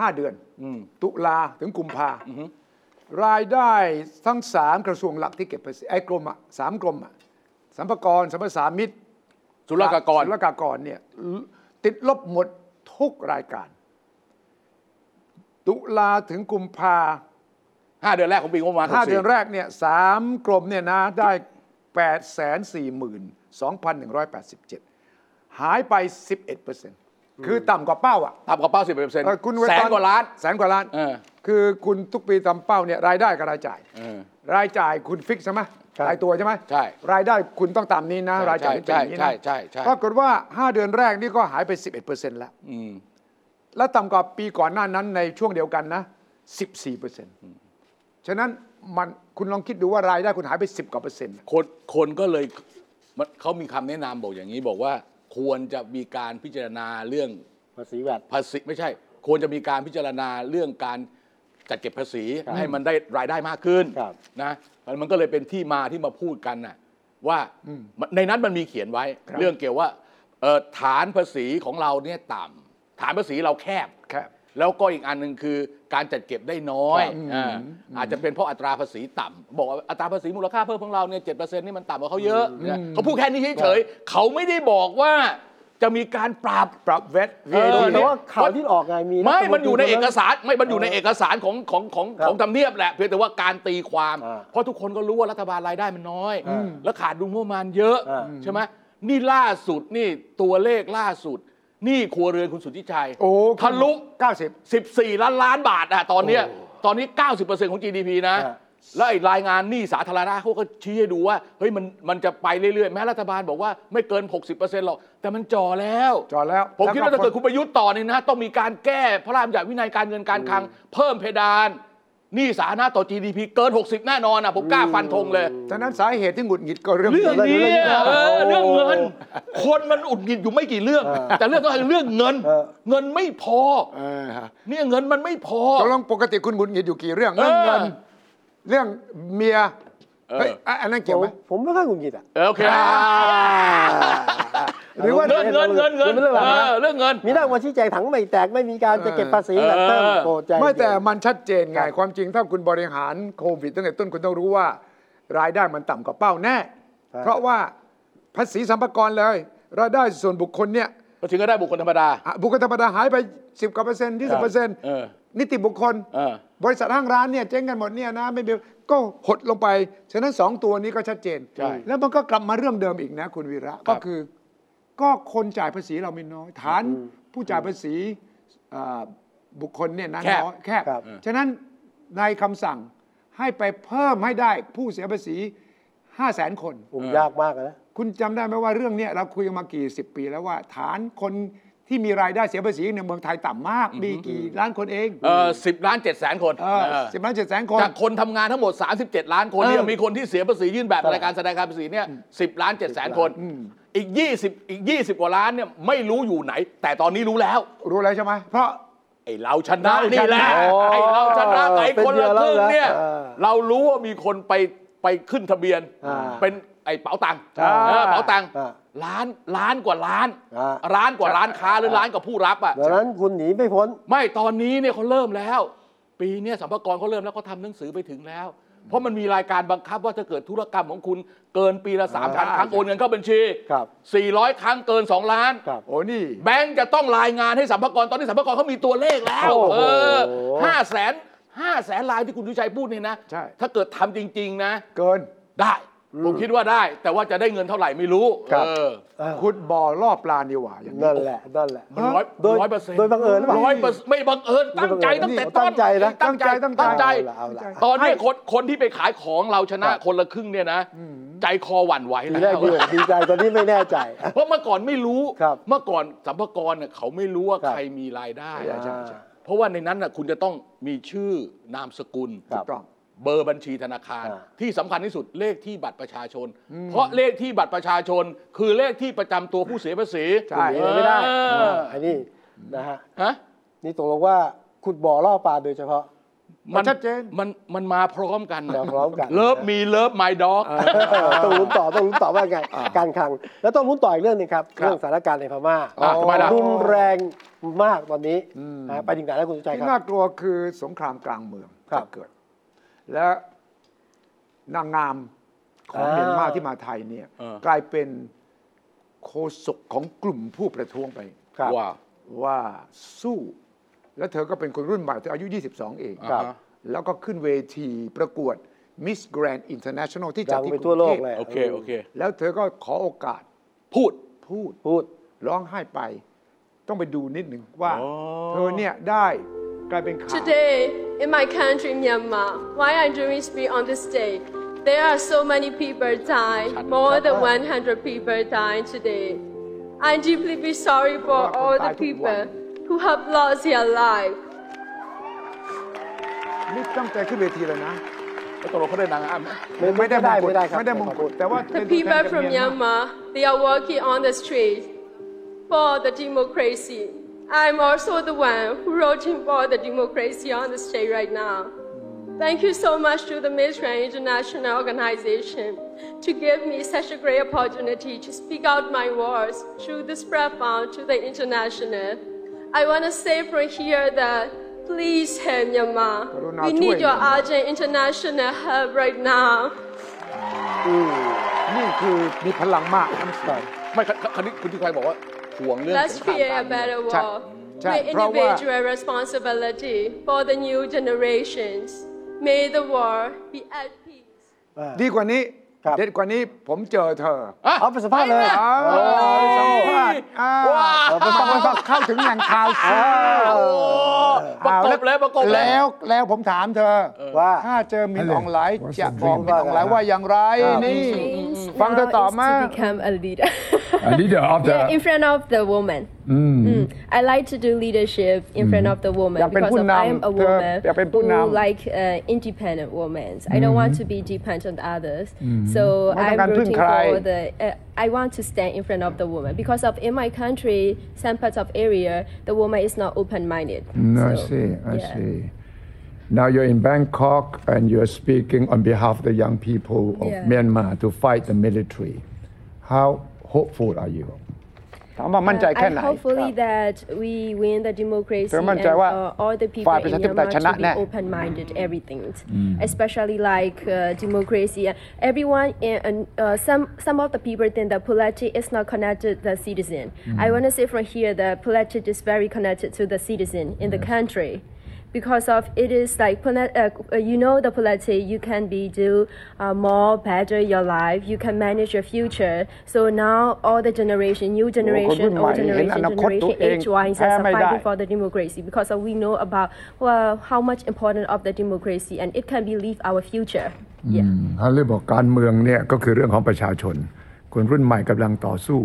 Speaker 3: ห้าเดือน
Speaker 2: อืม
Speaker 3: ตุลาถึงกุมภา รายได้ทั้งสามกระทรวงหลักที่เก็บภาษีไอ้กรมอะสามกรมอะสัมภากรสัมภาสามิตร
Speaker 2: ศุลกากร
Speaker 3: ศุลกากรเนี่ยลติดลบหมดทุกรายการ ตุลาถึงกุมภา
Speaker 2: 5 เดือนแรกของปีงบประมาณ
Speaker 3: ห้าเดือน
Speaker 2: 64
Speaker 3: แรกเนี่ยสามกรมเนี่ยนะได้แปดแสนสี่หมื่นสองพันหนึ่งร้อยแปดสิบเจ็ดหายไปสิบเอ็ดเปอร์เซ็นต์คือต่ำกว่าเป้าอ่ะ
Speaker 2: ต่ำกว่าเป้า10%เปอร์เซ็นต์
Speaker 3: เอ่อคุณเว
Speaker 2: แส
Speaker 3: ต
Speaker 2: นกว่าล้าน
Speaker 3: แสนกว่าล้าน
Speaker 2: เออ
Speaker 3: คือคุณทุกปีตามเป้าเนี่ยรายได้กับรายจ่าย
Speaker 2: เออ
Speaker 3: รายจ่ายคุณฟิกใช่ไหม
Speaker 1: ครับ
Speaker 3: รายตัวใช่ไหม
Speaker 2: ใช่
Speaker 3: รายได้คุณต้องตามนี้นะ
Speaker 2: ใช่
Speaker 3: รายจ่ายคุณเป็นอย่างนี้
Speaker 2: ใช่
Speaker 3: นะ
Speaker 2: ใช่ใช่ใช่
Speaker 3: ปรากฏว่า 5 เดือนแรกนี่ก็หายไป 11%แล้ว
Speaker 2: อืม
Speaker 3: และต่ำกว่าปีก่อนหน้านั้นในช่วงเดียวกันนะ 14%ฉะนั้นมันคุณลองคิดดูว่ารายได้คุณหายไป 10กว่าเปอร์เซ็นต์
Speaker 2: คนคนก็เลยมันเขามีคำแนะนำบอกอย่างนี้บอกว่าควรจะมีการพิจารณาเรื่อง
Speaker 1: ภาษีแวด
Speaker 2: ภาษีไม่ใช่ ควรจะมีการพิจารณาเรื่องการจัดเก็บภาษี
Speaker 1: ครับ
Speaker 2: ให้มันได้รายได้มากขึ้น
Speaker 1: ครับ
Speaker 2: นะมันมันก็เลยเป็นที่มาที่มาพูดกันน่ะว่ามันในนั้นมันมีเขียนไว้ เรื่องเกี่ยวว่าเอ่อฐานภาษีของเราเนี่ยต่ำฐานภาษีเราแคบ
Speaker 3: ครับ
Speaker 2: แล้วก็อีกอันหนึ่งคือการจัดเก็บได้น้อย
Speaker 3: ครับ
Speaker 2: อ่าอาจจะเป็นเพราะอัตราภาษีต่ำบอกว่าอัตราภาษีมูลค่าเพิ่มของเราเนี่ยเจ็ดเปอร์เซ็นต์นี่มันต่ำกว่าเขาเยอะนะเขาพูดแค่นี้เฉยๆเขาไม่ได้บอกว่าจะมีการปรับ
Speaker 3: ปรับเวท
Speaker 2: เออ
Speaker 1: แต่ว่าข่าวที่ออกไงมี
Speaker 2: ไม่
Speaker 1: รัฐตรี
Speaker 2: มันอยู่ในเอ
Speaker 1: ค
Speaker 2: กสารไม่ มันอยู่ในเอกสารของของของ
Speaker 1: ครับ
Speaker 2: ของทำเนียบแหละ เพียงแต่ว่าการตีความ
Speaker 1: อ่า
Speaker 2: เพราะทุกคนก็รู้ว่ารัฐบาลรายได้มันน้อย
Speaker 1: อืม
Speaker 2: แล้วขาดดุลงบประมาณเยอะ
Speaker 1: อ่า
Speaker 2: ใช่ไหมนี่ล่าสุดนี่ตัวเลขล่าสุด นี่ครัวเรือนคุณสุทธิชัย
Speaker 3: โอ้
Speaker 2: ทะลุ
Speaker 3: 90
Speaker 2: 14 ล้านล้านบาทอะตอนเนี้ยตอนนี้ 90%ของ GDP นะ
Speaker 1: ฮะ
Speaker 2: แล้วไอ้รายงานหนี้สาธารณะเขาก็ชี้ให้ดูว่า เฮ้ยมันมันจะไปเรื่อย ๆ แม้รัฐบาลบอกว่าไม่เกิน 60%หรอก แต่มันจ่อแล้ว
Speaker 3: จอดแล้ว
Speaker 2: ผมคิดว่า
Speaker 3: แล้
Speaker 2: ถ้าเกิด
Speaker 3: ก็
Speaker 2: คุณประยุทธ์ต่อเนี่ยนะ ต้องมีการแก้พระราชบัญญัติวินัยการเงินการคลัง เพิ่มเพดานหนี้สาธารณะต่อ GDP เกิน 60 แน่นอนอะผมกล้าฟันธงเลย
Speaker 3: ฉะนั้นสาเหตุที่หงุดหงิดก็เรื่อง
Speaker 2: เรื่อง
Speaker 3: นี้
Speaker 2: นี้อะเออ
Speaker 1: เรื่
Speaker 2: เรื่
Speaker 1: อ
Speaker 2: อง ง
Speaker 1: เงิ
Speaker 2: เงิ
Speaker 1: น
Speaker 2: น คนมันอุดหงิดอยู่ไม่กี่เรื่อง แต่เรื่องต้องเรื่องเงิน
Speaker 1: เออ
Speaker 2: เงินไม่พอ
Speaker 3: เออฮะ
Speaker 2: เนี่ยเงินมันไม่พอ
Speaker 3: ตกลงปกติคุณหงุดหงิดอยู่กี่เรื่อง เรื่องเงิน
Speaker 2: เออ
Speaker 3: เรื่องเมีย
Speaker 2: เออ
Speaker 3: เฮ้ยอ่ะอันนั้นเกี่ยว
Speaker 1: ผ
Speaker 3: ไหม
Speaker 1: มผมไม่ค่อยหงุดหงิดอ่ะ
Speaker 2: เออโอเค
Speaker 3: หรือว่า
Speaker 2: เงินเงินเงินเงิน
Speaker 1: เรื่องอะไร
Speaker 2: เอ
Speaker 1: นะ
Speaker 2: อเรื่องเงิน
Speaker 1: มีหน้ามาชี้แจงถังไม่แตกไม่มีการจะเก็บภาษีแบบเติม
Speaker 2: เออ
Speaker 1: โกรธใจ
Speaker 3: ไม่แต่
Speaker 1: เย็น
Speaker 3: มันชัดเจนไง
Speaker 1: ครับ
Speaker 3: ความจริงถ้าคุณบริหารโควิดตั้งแต่ต้นคุณต้องรู้ว่า รายได้มันต่ำกว่าเป้าแน่ เพราะว่าภาษีสัมภากรเลย รายได้ส่วนบุคคลเนี่ย
Speaker 2: ก็ถึงก็ได้บุคคลธรรมดา
Speaker 3: อ่ะบุคคลธรรมดาหายไป 10กว่าเปอร์เซ็นต์ที่สิบเปอร์เซ็นต์
Speaker 2: เออ
Speaker 3: นิติบุคคล
Speaker 2: เออ
Speaker 3: บริษัทห้างร้านเนี่ยเจ๊งกันหมดเนี่ยนะไม่มีก็หดลงไป ฉะนั้นสองตัวนี้ก็ชัดเจน
Speaker 2: ใช่
Speaker 3: แล้วมันก็กลับมาเรื่องเดิมอีกนะคุณวีระก็คือ ก็คนจ่ายภาษีเรามีน้อย ฐานผู้จ่ายภาษีเอ่อบุคคลเนี่ยนะ
Speaker 2: แคบ
Speaker 3: น้อยแคบ
Speaker 1: ครับ
Speaker 3: ฉะนั้นในคำสั่งให้ไปเพิ่มให้ได้ผู้เสียภาษี5 0 0แสนคน
Speaker 1: อุ้มยากมากอะนะ
Speaker 3: คุณจำได้ไหมว่าเรื่องเนี้ยเราคุยกันมากี่สิบปีแล้วว่า ฐานคนที่มีรายได้เสียภาษีในเมืองไทยต่ำมากมีกี่ล้านคนเอง
Speaker 2: เออสิบล้านเจ็ดแสนคน
Speaker 3: เออ
Speaker 2: เออ
Speaker 3: สิบล้านเจ็ดแสนคน
Speaker 2: จากคนทำงานทั้งหมด 37 ล้านคนเนี่ย
Speaker 3: เออ
Speaker 2: มีคนที่เสียภาษียื่นแบบรายการแสดงการภาษีเนี่ย10 ล้าน7แสนคน อีก 20 อีก 20 กว่าล้านเนี่ยไม่รู้อยู่ไหน แต่ตอนนี้รู้แล้ว
Speaker 3: รู้แล้วใช่ไหม เพราะ
Speaker 2: ไอ้เราชนะ
Speaker 3: เราชนะ
Speaker 2: นี่แหละ
Speaker 1: โอ้
Speaker 2: ไอ้เราชนะกับไอ้คนละครึ่งเนี่ย
Speaker 1: เป็นเดียวแล้วเหรอ
Speaker 2: เรารู้ว่ามีคนไปไปขึ้นทะเบียน
Speaker 1: อ่า
Speaker 2: เป็นไอ้เป๋าตังค์
Speaker 1: อ่า
Speaker 2: เออเป๋าตังค์
Speaker 1: อ่า
Speaker 2: ล้านล้านกว่าล้าน
Speaker 1: อ่า
Speaker 2: ร้านกว่าร้านค้าหรือร้านกว่าผู้รับอ่ะ
Speaker 1: ดังนั้นคุณหนีไม่พ้น
Speaker 2: ไม่ตอนนี้เนี่ยเขาเริ่มแล้ว ปีเนี้ยสัมภากรเขาเริ่มแล้วเขาทำหนังสือไปถึงแล้ว เพราะมันมีรายการบังคับว่าถ้าเกิดธุรกรรมของคุณเกินปีละ3,000ครั้งโอนเงินเข้าบัญชี
Speaker 1: ครับ
Speaker 2: 400 ครั้งเกิน 2 ล้าน
Speaker 1: ครับ
Speaker 3: โอ้นี่
Speaker 2: แบงก์จะต้องรายงานให้สัมภากรตอนนี้สัมภากรเขามีตัวเลขแล้ว
Speaker 1: โอ้โห
Speaker 2: เออห้าแสนห้าแสนลายที่คุณดุชัยพูดเนี่ยนะ
Speaker 3: ใช่
Speaker 2: ถ้าเกิดทำจริง ๆ นะ
Speaker 3: เกิน
Speaker 2: ได้ ผมคิดว่าได้ แต่ว่าจะได้เงินเท่าไหร่ไม่รู้
Speaker 1: ครับ
Speaker 2: เออ
Speaker 1: เออ
Speaker 3: ขุดบ่อล่อปลานี่หว่าอย่างนี้
Speaker 1: นั่นแหละนั่นแหละ
Speaker 2: มันร้อย
Speaker 1: โดย
Speaker 2: ร้อยเปอร์เซ็นต์
Speaker 1: โดยบังเอิญหรือเปล่า
Speaker 2: ร้อยเปอร์เซ็นต์ไม่บังเอิญตั้งใจตั้งแต่ต้น
Speaker 1: ตั้งใจนะ
Speaker 2: ตั้งใจ
Speaker 3: ตั้
Speaker 2: ตั้
Speaker 3: ง
Speaker 2: ง
Speaker 3: ใจ
Speaker 2: ใจ
Speaker 1: เอาล่ะเอาล่ะ
Speaker 2: ตอนนี้คนคนที่ไปขายของเราชนะครับ คนละครึ่งเนี่ยนะ ใจคอหวั่นไหว
Speaker 1: ที
Speaker 2: แล้
Speaker 1: แรก
Speaker 2: ว
Speaker 1: ดีอกดีใจตอนนี้ไม่แน่ใจ
Speaker 2: เพราะเมื่อก่อนไม่รู้
Speaker 1: ครับ
Speaker 2: เมื่อก่อนสัมภากรเนี่ยเขาไม่รู้ว่า
Speaker 1: ครับ
Speaker 2: ใครมีรายได้
Speaker 3: ใช่ใช่ใช่
Speaker 1: อ่า
Speaker 2: เพราะว่าในนั้นน่ะคุณจะต้องมีชื่อนามสกุล
Speaker 1: ครับ
Speaker 3: ต้อง
Speaker 2: เบอร์บัญชีธนาคาร
Speaker 1: อ่า
Speaker 2: ที่สำคัญที่สุดเลขที่บัตรประชาชน เพราะเลขที่บัตรประชาชน คือเลขที่ประจำตัวผู้เสียภาษี
Speaker 3: ใช่
Speaker 1: หนีไม่ได้
Speaker 2: เออ
Speaker 1: อันนี้นะฮะ
Speaker 2: ฮะ
Speaker 1: นี่ตกลงว่าขุดบ่อล่อปลาโดยเฉพาะ
Speaker 3: ชัดเจน
Speaker 2: มันมันมาพร้อมกัน
Speaker 1: มาพร้อมกัน
Speaker 2: เลิฟมีเลิฟไมด็อก
Speaker 1: ต้องลุ้นต่อต้องลุ้นต่อว่าไง การคลัง แล้วต้องลุ้นต่ออีกเรื่องหนึงครับ
Speaker 2: ครับ
Speaker 1: เรื่องสถานการณ์ในพม่า
Speaker 2: อ่ะทำไมล่ะ
Speaker 1: รุนแรงมากตอนนี้นะไปถึงไหนแล้วคุณสุใจยค
Speaker 3: ที่
Speaker 1: รับ
Speaker 3: น่ากลัวคือสงครามกลางเมือง
Speaker 1: ครับ
Speaker 3: จะเกิด และนางงามของ
Speaker 1: อ่า
Speaker 3: เมียนมาที่มาไทยเนี่ย
Speaker 2: เออ
Speaker 3: กลายเป็นโคศกของกลุ่มผู้ประท้วงไป
Speaker 1: ครับ
Speaker 2: ว้าว
Speaker 3: ว่าสู้ และเธอก็เป็นคนรุ่นใหม่เธออายุ 22 เอง
Speaker 1: ครับ
Speaker 3: แล้วก็ขึ้นเวทีประกวด Miss Grand International ที่จั
Speaker 1: ดั
Speaker 3: ด
Speaker 1: ง
Speaker 3: ที่
Speaker 1: ไป
Speaker 3: ก
Speaker 1: ทั่ว
Speaker 3: รุง
Speaker 1: โล
Speaker 3: เท
Speaker 1: ก
Speaker 3: พ
Speaker 1: เลย
Speaker 2: โอเค โอเค
Speaker 3: แล้วเธอก็ขอโอกาส
Speaker 2: พูด
Speaker 3: พูด
Speaker 1: พูด
Speaker 3: ร้องไห้ไป ต้องไปดูนิดหนึ่งว่า
Speaker 2: อ๋อ
Speaker 3: เธอเนี่ยได้กลายเป็นข่าว
Speaker 5: Today, in my country, Myanmar, why I'm doing speak on this day, there are so many people dying, more than 100 people dying today. I deeply be sorry for all the people who have lost their life.
Speaker 3: นี่ตั้งใจขึ้นเวทีเลยนะ
Speaker 2: แล้วตกลงเขาได้นางงามไหม
Speaker 3: ไม่ได้มงกุฎ
Speaker 1: ไม่ได้ครับ
Speaker 3: ไม่ได้มงกุฎแต่ว่า
Speaker 5: The people from Myanmar, they are walking on the street for the democracy. I'm also the one who wrote in for the democracy on the state right now. Thank you so much to the Midran International Organization to give me such a great opportunity to speak out my words through this platform to the international. I want to say from here that please help Myanmar. We need your urgent international help right now.
Speaker 3: นี่คือมีพลังมากน้ำเสียง
Speaker 2: ไม่คคคณิคุณที่ใครบอกว่าห่วงเรื่อง
Speaker 5: Let's
Speaker 2: สงคราม
Speaker 5: create
Speaker 2: กา
Speaker 5: a
Speaker 2: รเมือง
Speaker 5: better
Speaker 3: Chat.
Speaker 5: world
Speaker 3: Chat.
Speaker 5: with
Speaker 3: Proper.
Speaker 5: individual responsibility for the new generations. May the world be at peace.
Speaker 3: ดีกว่านี้
Speaker 1: ครับ
Speaker 3: เด็ดกว่านี้ผมเจอเธอ
Speaker 2: อ่ะ
Speaker 1: เอาไปสัมภาษณ์เลย
Speaker 3: อ้าวสัมภาษณ์อ้าว
Speaker 2: ว้าว
Speaker 3: มันต้องมันต้องเข้าถึงแหล่งข่าวสิ
Speaker 2: โอ้ประกบแล้วประกบแล้
Speaker 3: แล้ว วแล้วผมถามเธอ
Speaker 1: ว่า
Speaker 3: ถ้าเจอมินอองไลท์จะบอกมินอองไลท์
Speaker 1: ว่า
Speaker 3: ว่า
Speaker 1: ไง
Speaker 3: อย่างไรนี่ ฟังเธอตอบมาก
Speaker 5: become a leader.
Speaker 6: A leader of the
Speaker 5: yeah, in front of the woman. Mm. I like to do leadership in front of the
Speaker 6: Mm-hmm.
Speaker 5: woman
Speaker 3: อยากเป็น
Speaker 5: because of
Speaker 3: ผู้นำ
Speaker 5: I am a
Speaker 3: เธอ
Speaker 5: woman
Speaker 3: อยากเป็นผู้นำ
Speaker 5: who like uh, independent woman. I don't want
Speaker 6: Mm-hmm.
Speaker 5: to be dependent on others. So
Speaker 3: ไม่ต้อง
Speaker 5: I'm
Speaker 3: การพึ่ง
Speaker 5: rooting
Speaker 3: ใคร
Speaker 5: for the. Uh, I want to stand in front of the woman because of in my country, some parts of area, the woman is not open-minded.
Speaker 6: No, I
Speaker 5: So,
Speaker 6: see, I
Speaker 5: yeah.
Speaker 6: see. Now you're in Bangkok and you're speaking on behalf of the young people of
Speaker 5: Yeah.
Speaker 6: Myanmar to fight the military. How hopeful are you?
Speaker 3: ถามว่ามั่นใจ
Speaker 5: Uh,
Speaker 3: แค่ไหน
Speaker 5: I hopefully that we win the democracy
Speaker 3: เธอมั่น
Speaker 5: and
Speaker 3: ใจว่า
Speaker 5: uh, all the people
Speaker 3: ฝ่าย
Speaker 5: in
Speaker 3: ประชาธิปไตย
Speaker 5: Myanmar
Speaker 3: ชนะ
Speaker 5: to
Speaker 3: แน่
Speaker 5: be open-minded everything, especially like uh, democracy. Uh, Everyone, in, uh, some some of the people think that politics is not connected to the citizen. I want to say from here that politics is very connected to the citizen in the country. Because of it is like polit- uh, uh, you know the politics you can be do uh, more better your life you can manage your future so now all the generation new generation
Speaker 3: โอ้คนรุ่น
Speaker 5: generation,
Speaker 3: ใหม่เห็นอ
Speaker 5: old generation,
Speaker 3: นาคตตัว
Speaker 5: generation
Speaker 3: เอง
Speaker 5: H Y
Speaker 3: แพ้
Speaker 5: are
Speaker 3: ไม่ได้
Speaker 5: fighting for the democracy because we know about well, how much important of the democracy and it can believe our future. Yeah.
Speaker 6: ถ้าเรื่องบอกการเมืองเนี่ยก็คือเรื่องของประชาชน คนรุ่นใหม่กำลังต่อสู้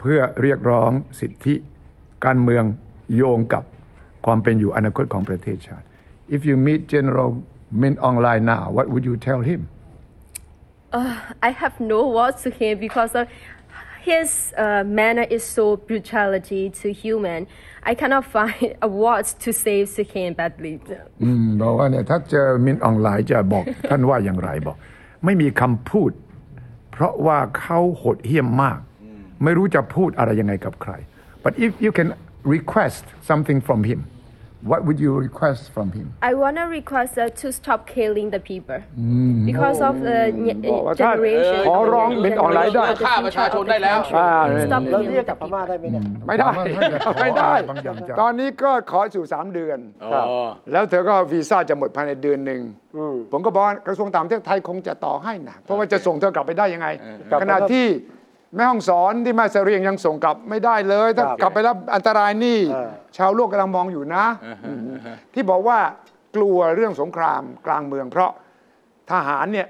Speaker 6: เพื่อเรียกร้องสิทธิการเมืองโยงกับความเป็นอยู่อนาคตของประเทศชาติ If you meet General Min online now what would you tell him
Speaker 5: I have no words to him because of his uh, manner is so brutality to human. I cannot find a words to say to him badly.
Speaker 6: อืมบอกว่าเนี่ยถ้าเจอมินออนไลน์จะบอก ท่านว่าอย่างไรบอก ไม่มีคำพูด เพราะว่าเขาโหดเหี้ยมมาก ไม่รู้จะพูดอะไรยังไงกับใคร but if you can request something from him what would you request from him
Speaker 5: I wanna request uh, to stop killing the people because of the n-
Speaker 3: บอกว่าถ้า
Speaker 5: generation.
Speaker 3: ขอร้องเป็นออนไลน์ได้
Speaker 5: generation of the
Speaker 2: ฆ่าประชาชนได้แล้ว
Speaker 5: future of the country. Stop
Speaker 1: แล้ว
Speaker 5: killing
Speaker 1: เรียก
Speaker 5: the
Speaker 1: กลับพ
Speaker 5: people.
Speaker 1: ม่าได้ไหมเนี่ย
Speaker 3: ไม่ได้ ไม่ได้
Speaker 6: บางอย่างจะ
Speaker 3: ตอนนี้ก็ขออยู่สามเดือน
Speaker 2: อ๋อ
Speaker 3: แล้วเธอก็วีซ่าจะหมดภายในเดือนหนึ่ง ผมก็บอกว่ากระทรวงต่างประเทศไทยคงจะต่อให้นะ เพราะว่าจะส่งเธอกลับไปได้ยังไง
Speaker 1: ครับ
Speaker 3: ขณะที่แม่ห้องสอนที่แม่เสรียงยังส่งกลับไม่ได้เลย ถ้า
Speaker 1: ครับ
Speaker 3: กลับไปแล้วอันตรายนี่
Speaker 1: เออ
Speaker 3: ชาวโลกกำลังมองอยู่นะมที่บอกว่ากลัวเรื่องสงครามกลางเมือง เพราะทหารเนี่ย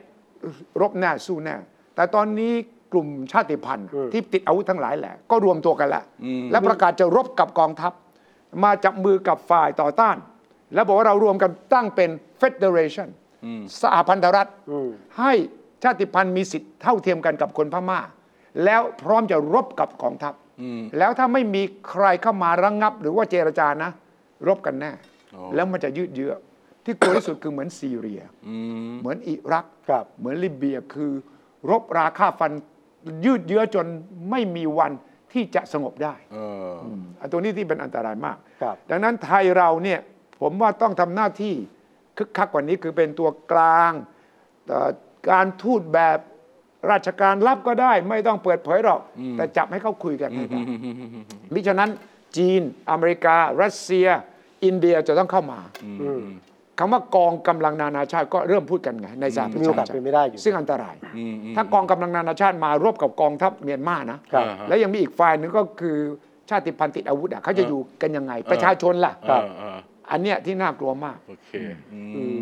Speaker 3: รบแน่สู้แน่ แต่ตอนนี้กลุ่มชาติพันธุ์ที่ติดอาวุธทั้งหลายแหละ ก็รวมตัวกันแล้วและประกาศจะรบกับกองทัพ มาจับมือกับฝ่ายต่อต้าน แล้วบอกว่าเรารวมกันตั้งเป็น Federation สหพันธรัฐ ให้ชาติพันธุ์มีสิทธิ์เท่าเทียมกันกับคนพม่า แล้วพร้อมจะรบกับกองทัพ แล้วถ้าไม่มีใครเข้ามาระงงับ หรือว่าเจรจานะ รบกันแน่ แล้วมันจะยืดเยื้อ ที่กลัวที่สุดคือเหมือนซีเรีย เหมือนอิรัก
Speaker 1: ครับ
Speaker 3: เหมือนลิเบียคือ รบราค่าฟันยืดเยื้อจนไม่มีวันที่จะสงบได้
Speaker 2: เออ
Speaker 3: อันตัวนี้ที่เป็นอันตรายมาก
Speaker 1: ครับ
Speaker 3: ดังนั้นไทยเราเนี่ยผมว่าต้องทำหน้าที่คึกคักกว่านี้คือเป็นตัวกลางเอ่อการทูตแบบราชการรับก็ได้ ไม่ต้องเปิดเผยหรอก แต่จับให้เขาคุยกันให้ได้มิฉะนั้นจีน อเมริกา รัสเซีย อินเดียจะต้องเข้ามา คำว่ากองกำลังนานาชาติก็เริ่มพูดกันไงในสหประ
Speaker 1: มี
Speaker 3: ชาก
Speaker 1: โอาส
Speaker 3: ชา
Speaker 1: เป็น
Speaker 3: ติ
Speaker 1: ไม่ได้อยู่
Speaker 3: ซึ่งอันตราย ถ้ากองกำลังนานาชาติมารบกับกองทัพเมียนมานะครับ แล้วยังมีอีกฝ่ายหนึ่งก็คือชาติพันธุ์ติดอาวุธอ่ะเขาจะอยู่กันยังไง ประชาชนล่ะ
Speaker 1: ครับ
Speaker 2: เออ
Speaker 3: อันเนี้ยที่น่ากลัวมาก
Speaker 2: โอเค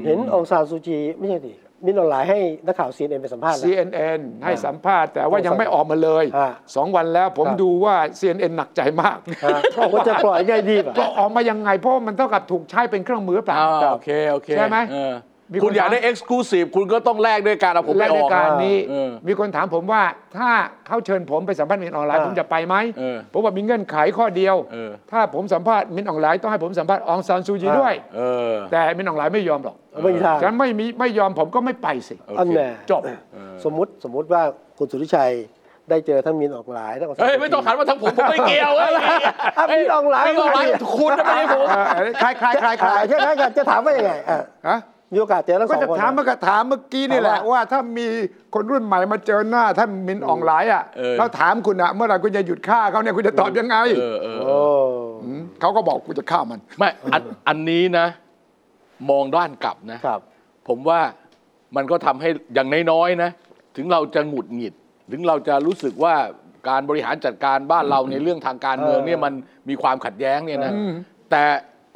Speaker 1: เห็นองซานซูจี ไม่ใช่ดิมินออนไลน์ให้นักข่าวซีเอ็นไปสัมภาษณ์แล้ว
Speaker 3: CNN ให้สัมภาษณ์ แต่ว่ายังไม่ออกมาเลย
Speaker 1: อ่า
Speaker 3: สองวันแล้วผม
Speaker 1: ครับ
Speaker 3: ดูว่า CNN หนักใจมากเพราะ
Speaker 1: ว่า
Speaker 3: ว่า
Speaker 1: จะปล่อยไงดีป่ะ
Speaker 3: จะออกมายังไงเพราะว่ามันเท่ากับถูกใช้เป็นเครื่องมือเปล่า
Speaker 2: อ่าโอเค โอเค
Speaker 3: ใช่ไหม
Speaker 2: เออ
Speaker 3: มีคน
Speaker 2: คุณอยาก
Speaker 3: ถาม
Speaker 2: ได้เอ็กซ์คลูซีฟคุณก็ต้องแลกด้วยการเอาผมไป
Speaker 3: และ
Speaker 2: อ
Speaker 3: ใน
Speaker 2: อก
Speaker 3: การนี้
Speaker 2: เออ
Speaker 3: มีคนถามผมว่าถ้าเขาเชิญผมไปสัมภาษณ์มินออนไลน์
Speaker 1: อ่า
Speaker 3: ผมจะไปไหม
Speaker 2: เออ
Speaker 3: ผมว่ามีเงื่อนไขข้อเดียว
Speaker 2: เออ
Speaker 3: ถ้าผมสัมภาษณ์มินออนไลน์ต้องให้ผมสัมภาษณ์อองซานซูจีด้วย
Speaker 2: เออ
Speaker 3: แต่มินออนไลน์ไม่ยอมหรอก
Speaker 1: ไม่มีทาง
Speaker 3: ฉันไม่มีไม่ยอมผมก็ไม่ไปสิ
Speaker 1: อันแน่
Speaker 3: จบ
Speaker 1: สมมติสมมติว่าคุณสุริชัยได้เจอท่านมินออกไลน์ท่านองซานซู
Speaker 2: เฮ้ย
Speaker 1: จี
Speaker 2: ไม่ต้องหันมาทางผม ผมไม่เกี่ยวเลย
Speaker 1: อ่ะพี่ลองหลาย
Speaker 2: พี่ลองหลายคุณนะไม่ได้ผม
Speaker 3: เออคลายคลายคลายคลาย
Speaker 1: อ่ะใช่ไหมครับจะถามว่ายังไงอ่ะ
Speaker 3: ฮะ
Speaker 1: มีโอกาสเจอทั้งส
Speaker 3: ก็
Speaker 1: อง
Speaker 3: จะ
Speaker 1: คน
Speaker 3: ถามมันก็ถามเมื่อกี้นี่แหละว่าถ้ามีคนรุ่นใหม่มาเจอหน้าท่านมินออนไลน์อ่ะ
Speaker 2: เออ
Speaker 3: แล้วถามคุณอ่ะเมื่อไหร่คุณจะหยุดฆ่าเขาเนี่ยคุณจะตอบยังไง
Speaker 2: เออเออ
Speaker 1: โอ้
Speaker 3: มเขาก็บอกกูจะฆ่ามัน
Speaker 2: ไม่อันอันนี้นะ มองด้านกลับนะ
Speaker 1: ครับ
Speaker 2: ผมว่ามันก็ทำให้อย่างน้อยๆนะ ถึงเราจะหงุดหงิด ถึงเราจะรู้สึกว่าการบริหารจัดการบ้านเราในเรื่องทางการเมืองเนี่ยมันมีความขัดแย้งเนี่ยนะแต่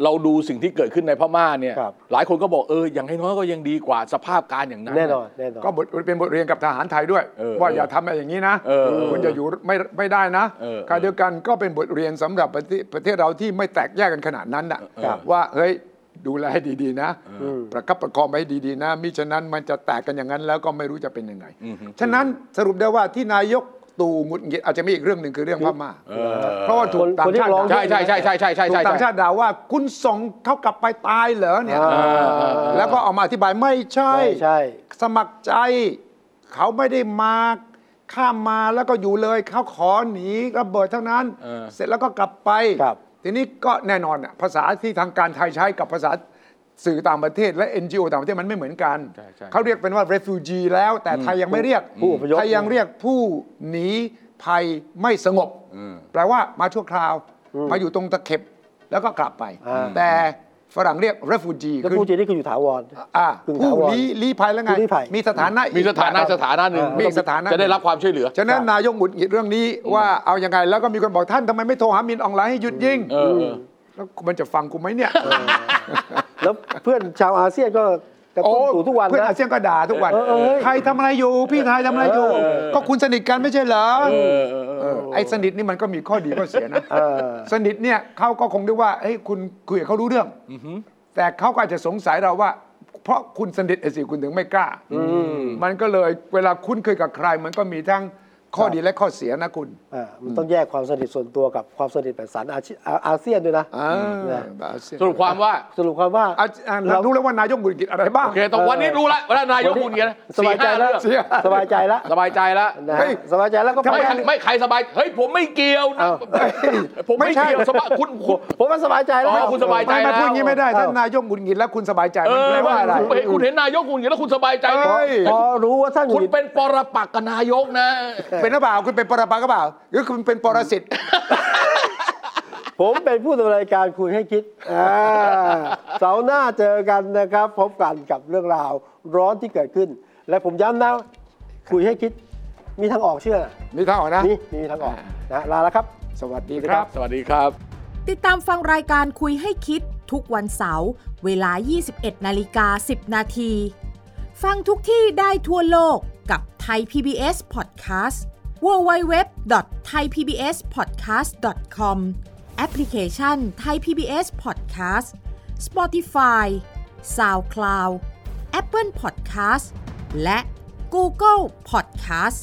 Speaker 2: เราดูสิ่งที่เกิดขึ้นในพม่าเนี่ย
Speaker 1: ครับ
Speaker 2: หลายคนก็บอกเอออย่างน้อยๆก็ยังดีกว่าสภาพการอย่างนั้นะ
Speaker 1: แน่นอนแน่นอน
Speaker 3: ก็บทเป็นบทเรียนกับทหารไทยด้วย
Speaker 2: เออ
Speaker 3: ว่า
Speaker 2: เออ
Speaker 3: อย่าทำอะไรอย่างนี้นะ
Speaker 2: เออเออ
Speaker 3: คุณจะอยู่ไม่ไม่ได้นะ
Speaker 2: เออเออ
Speaker 3: การเดียวกันก็เป็นบทเรียนสำหรับประเทศประเทศเราที่ไม่แตกแยกกันขนาดนั้นน่ะ
Speaker 1: ครับ
Speaker 3: ว่าเฮ้ยดูแลให้ดีๆนะ
Speaker 1: เออ
Speaker 3: ประคับประคองไว้ให้ดีๆนะมิฉะนั้นมันจะแตกกันอย่างนั้นแล้วก็ไม่รู้จะเป็นยังไงฉะนั้นสรุปได้ว่าที่นายกตู่หงุดหงิดอาจจะมีอีกเรื่องหนึ่งคือเรื่องพม่าเพราะว่าถูกต่า
Speaker 1: ค
Speaker 3: งชาติ
Speaker 1: นที่ร้อง
Speaker 2: ใช่ใช่ใช่ใช่ใช่ใช่ใช่
Speaker 3: ถูกต่างชาติด่าว่าคุณส่งเขากลับไปตายเหรอเนี่ยแล้วก็เออกมาอธิบายไม่ใช่
Speaker 1: ใช่ใช่
Speaker 3: สมัครใจเขาไม่ได้มาข้ามมาแล้วก็อยู่เลยเขาขอหนีระเบิดทั้งนั้น
Speaker 2: เออ
Speaker 3: เสร็จแล้วก็กลับไป
Speaker 1: ครับ
Speaker 3: ทีนี้ก็แน่นอนอะภาษาที่ทางการไทยใช้กับภาษาสื่อต่างประเทศและ NGO ต่างประเทศมันไม่เหมือนกัน เขาเรียกเป็นว่า refugee แล้ว แต่ไทยยังไม่เรียก
Speaker 1: ผู้อพยพ
Speaker 3: ไทยยังเรียกผู้หนีภัยไม่สงบ แปลว่ามาชั่วคราว มาอยู่ตรงตะเข็บแล้วก็กลับไป แต่ฝรั่งเรียก refugee
Speaker 1: แล้ว
Speaker 3: คือ
Speaker 1: ผู้จีนนี่คืออยู่ถาวร
Speaker 3: อ่า
Speaker 1: ถึงถาว
Speaker 3: ผู้
Speaker 1: ร
Speaker 3: ลี้ลี้ภัยแล้วไง
Speaker 1: ผู้ลี้ภัย
Speaker 3: มีสถานะ
Speaker 2: มีสถานะ
Speaker 3: อีก
Speaker 2: สถานะหนึ่ง
Speaker 3: มีอีกสถานะ
Speaker 2: จะได้รับความช่วยเหลือ
Speaker 3: ฉะนั้นนายกหงุดหงิดเรื่องนี้ว่าเอายังไง แล้วก็มีคนบอกท่านทำไมไม่โทรหามินออนไลน์ให้หยุดยิง
Speaker 2: เออเออ
Speaker 3: แล้วมันจะฟังกูไหมเนี่ย
Speaker 1: แล้วเพื่อนชาวอาเซียนก็กระตุ้นสู่ทุกวัน
Speaker 3: เพื่อน
Speaker 1: นะ
Speaker 3: อาเซียนก็ด่าทุกวัน
Speaker 1: เออเออ
Speaker 3: ใครทำอะไรอยู่ พี่ไทยทำอะไรอยู่ ก็คุณสนิทกันไม่ใช่เหรอเออไอ้สนิทนี่มันก็มีข้อดีข้อเสียนะ
Speaker 1: เออ
Speaker 3: สนิทเนี่ยเขาก็คงได้ว่าเฮ้ยคุณคุยกับเขารู้เรื่องแต่เขาก็อาจจะสงสัยเราว่า เพราะคุณสนิทไอ้สิคุณถึงไม่กล้า มันก็เลยเวลาคุ้นเคยกับใคร มันก็มีทั้งข้อดีและข้อเสียนะคุณ
Speaker 1: อ่ามันต้องแยกความสนิทส่วนตัวกับความสนิทแบบสารอาชีพอาอาเซียนด้วยนะ
Speaker 3: อ่า
Speaker 1: นะ
Speaker 3: อาเซียน
Speaker 2: สรุปความว่า
Speaker 1: สรุปความว่า
Speaker 3: อาอ่าเรารู้แล้วว่านายกบุญกิจอะไรบ้าง
Speaker 2: โอเคตอนวันนี้รู้ละว่านายกพูดอย่างเงี้ยนะ
Speaker 1: สบายใจแล้ว
Speaker 2: เรื่อง
Speaker 3: สี่ห้าเรื่อง
Speaker 1: สบายใจแล้ว
Speaker 2: สบายใจแล้ว
Speaker 1: นะ
Speaker 3: เฮ้ย
Speaker 1: สบายใจแล้วก็ไป
Speaker 2: ไม่ใครไม่ใครสบาย เฮ้ย ผมไม่เกี่ยวนะ
Speaker 1: เอ้า
Speaker 2: ผมไม่เกี่ยวสบายคุณคุณ
Speaker 1: ผมว่าสบายใจแล้ว
Speaker 2: อ๋อคุณสบายใจ
Speaker 3: ไม่ไม่พูดอย่างนี้ไม่ได้
Speaker 1: เอ้า
Speaker 3: ท่านนายกบุญกิจแล้วคุณสบายใจ
Speaker 2: เอ
Speaker 3: มัน
Speaker 2: อ
Speaker 3: แปลว่า
Speaker 2: ว่า
Speaker 3: อะไร
Speaker 2: คุณเห็นคุณเห็นนายกคุณอย่างนี้แล้วคุณสบายใจ
Speaker 3: เอ้ย
Speaker 1: พอรู้ว่าท่านหงุ
Speaker 2: คุณ
Speaker 1: ดหงิด
Speaker 2: เป็นปรปักษ์กับนายกนะ
Speaker 3: เป็นหรือเปล่าคุณเป็นปรปักษ์หรือเปล่าหรือคุณเป็นปรสิต
Speaker 1: ผมเป็นผู้ดำเนินรายการคุยให้คิดอ่าเสาร์หน้าเจอกันนะครับ พบกันกับเรื่องราวร้อนที่เกิดขึ้น และผมย้ำนะ คุยให้คิด มีทางออกเชื่อนะ
Speaker 3: มีเท่านะ
Speaker 1: มีมีทางออกนะลาแล้วครับ
Speaker 3: สวัสดีครับ
Speaker 2: สวัสดีครับ
Speaker 7: ติดตามฟังรายการคุยให้คิดทุกวันเสาร์เวลา 21นาฬิกา10 นาที ฟังทุกที่ได้ทั่วโลกกับ t h a i PBS Podcast www.thaipbspodcast.com แอปพลิเคชันไทย PBS Podcast Spotify SoundCloud Apple Podcast และ Google Podcast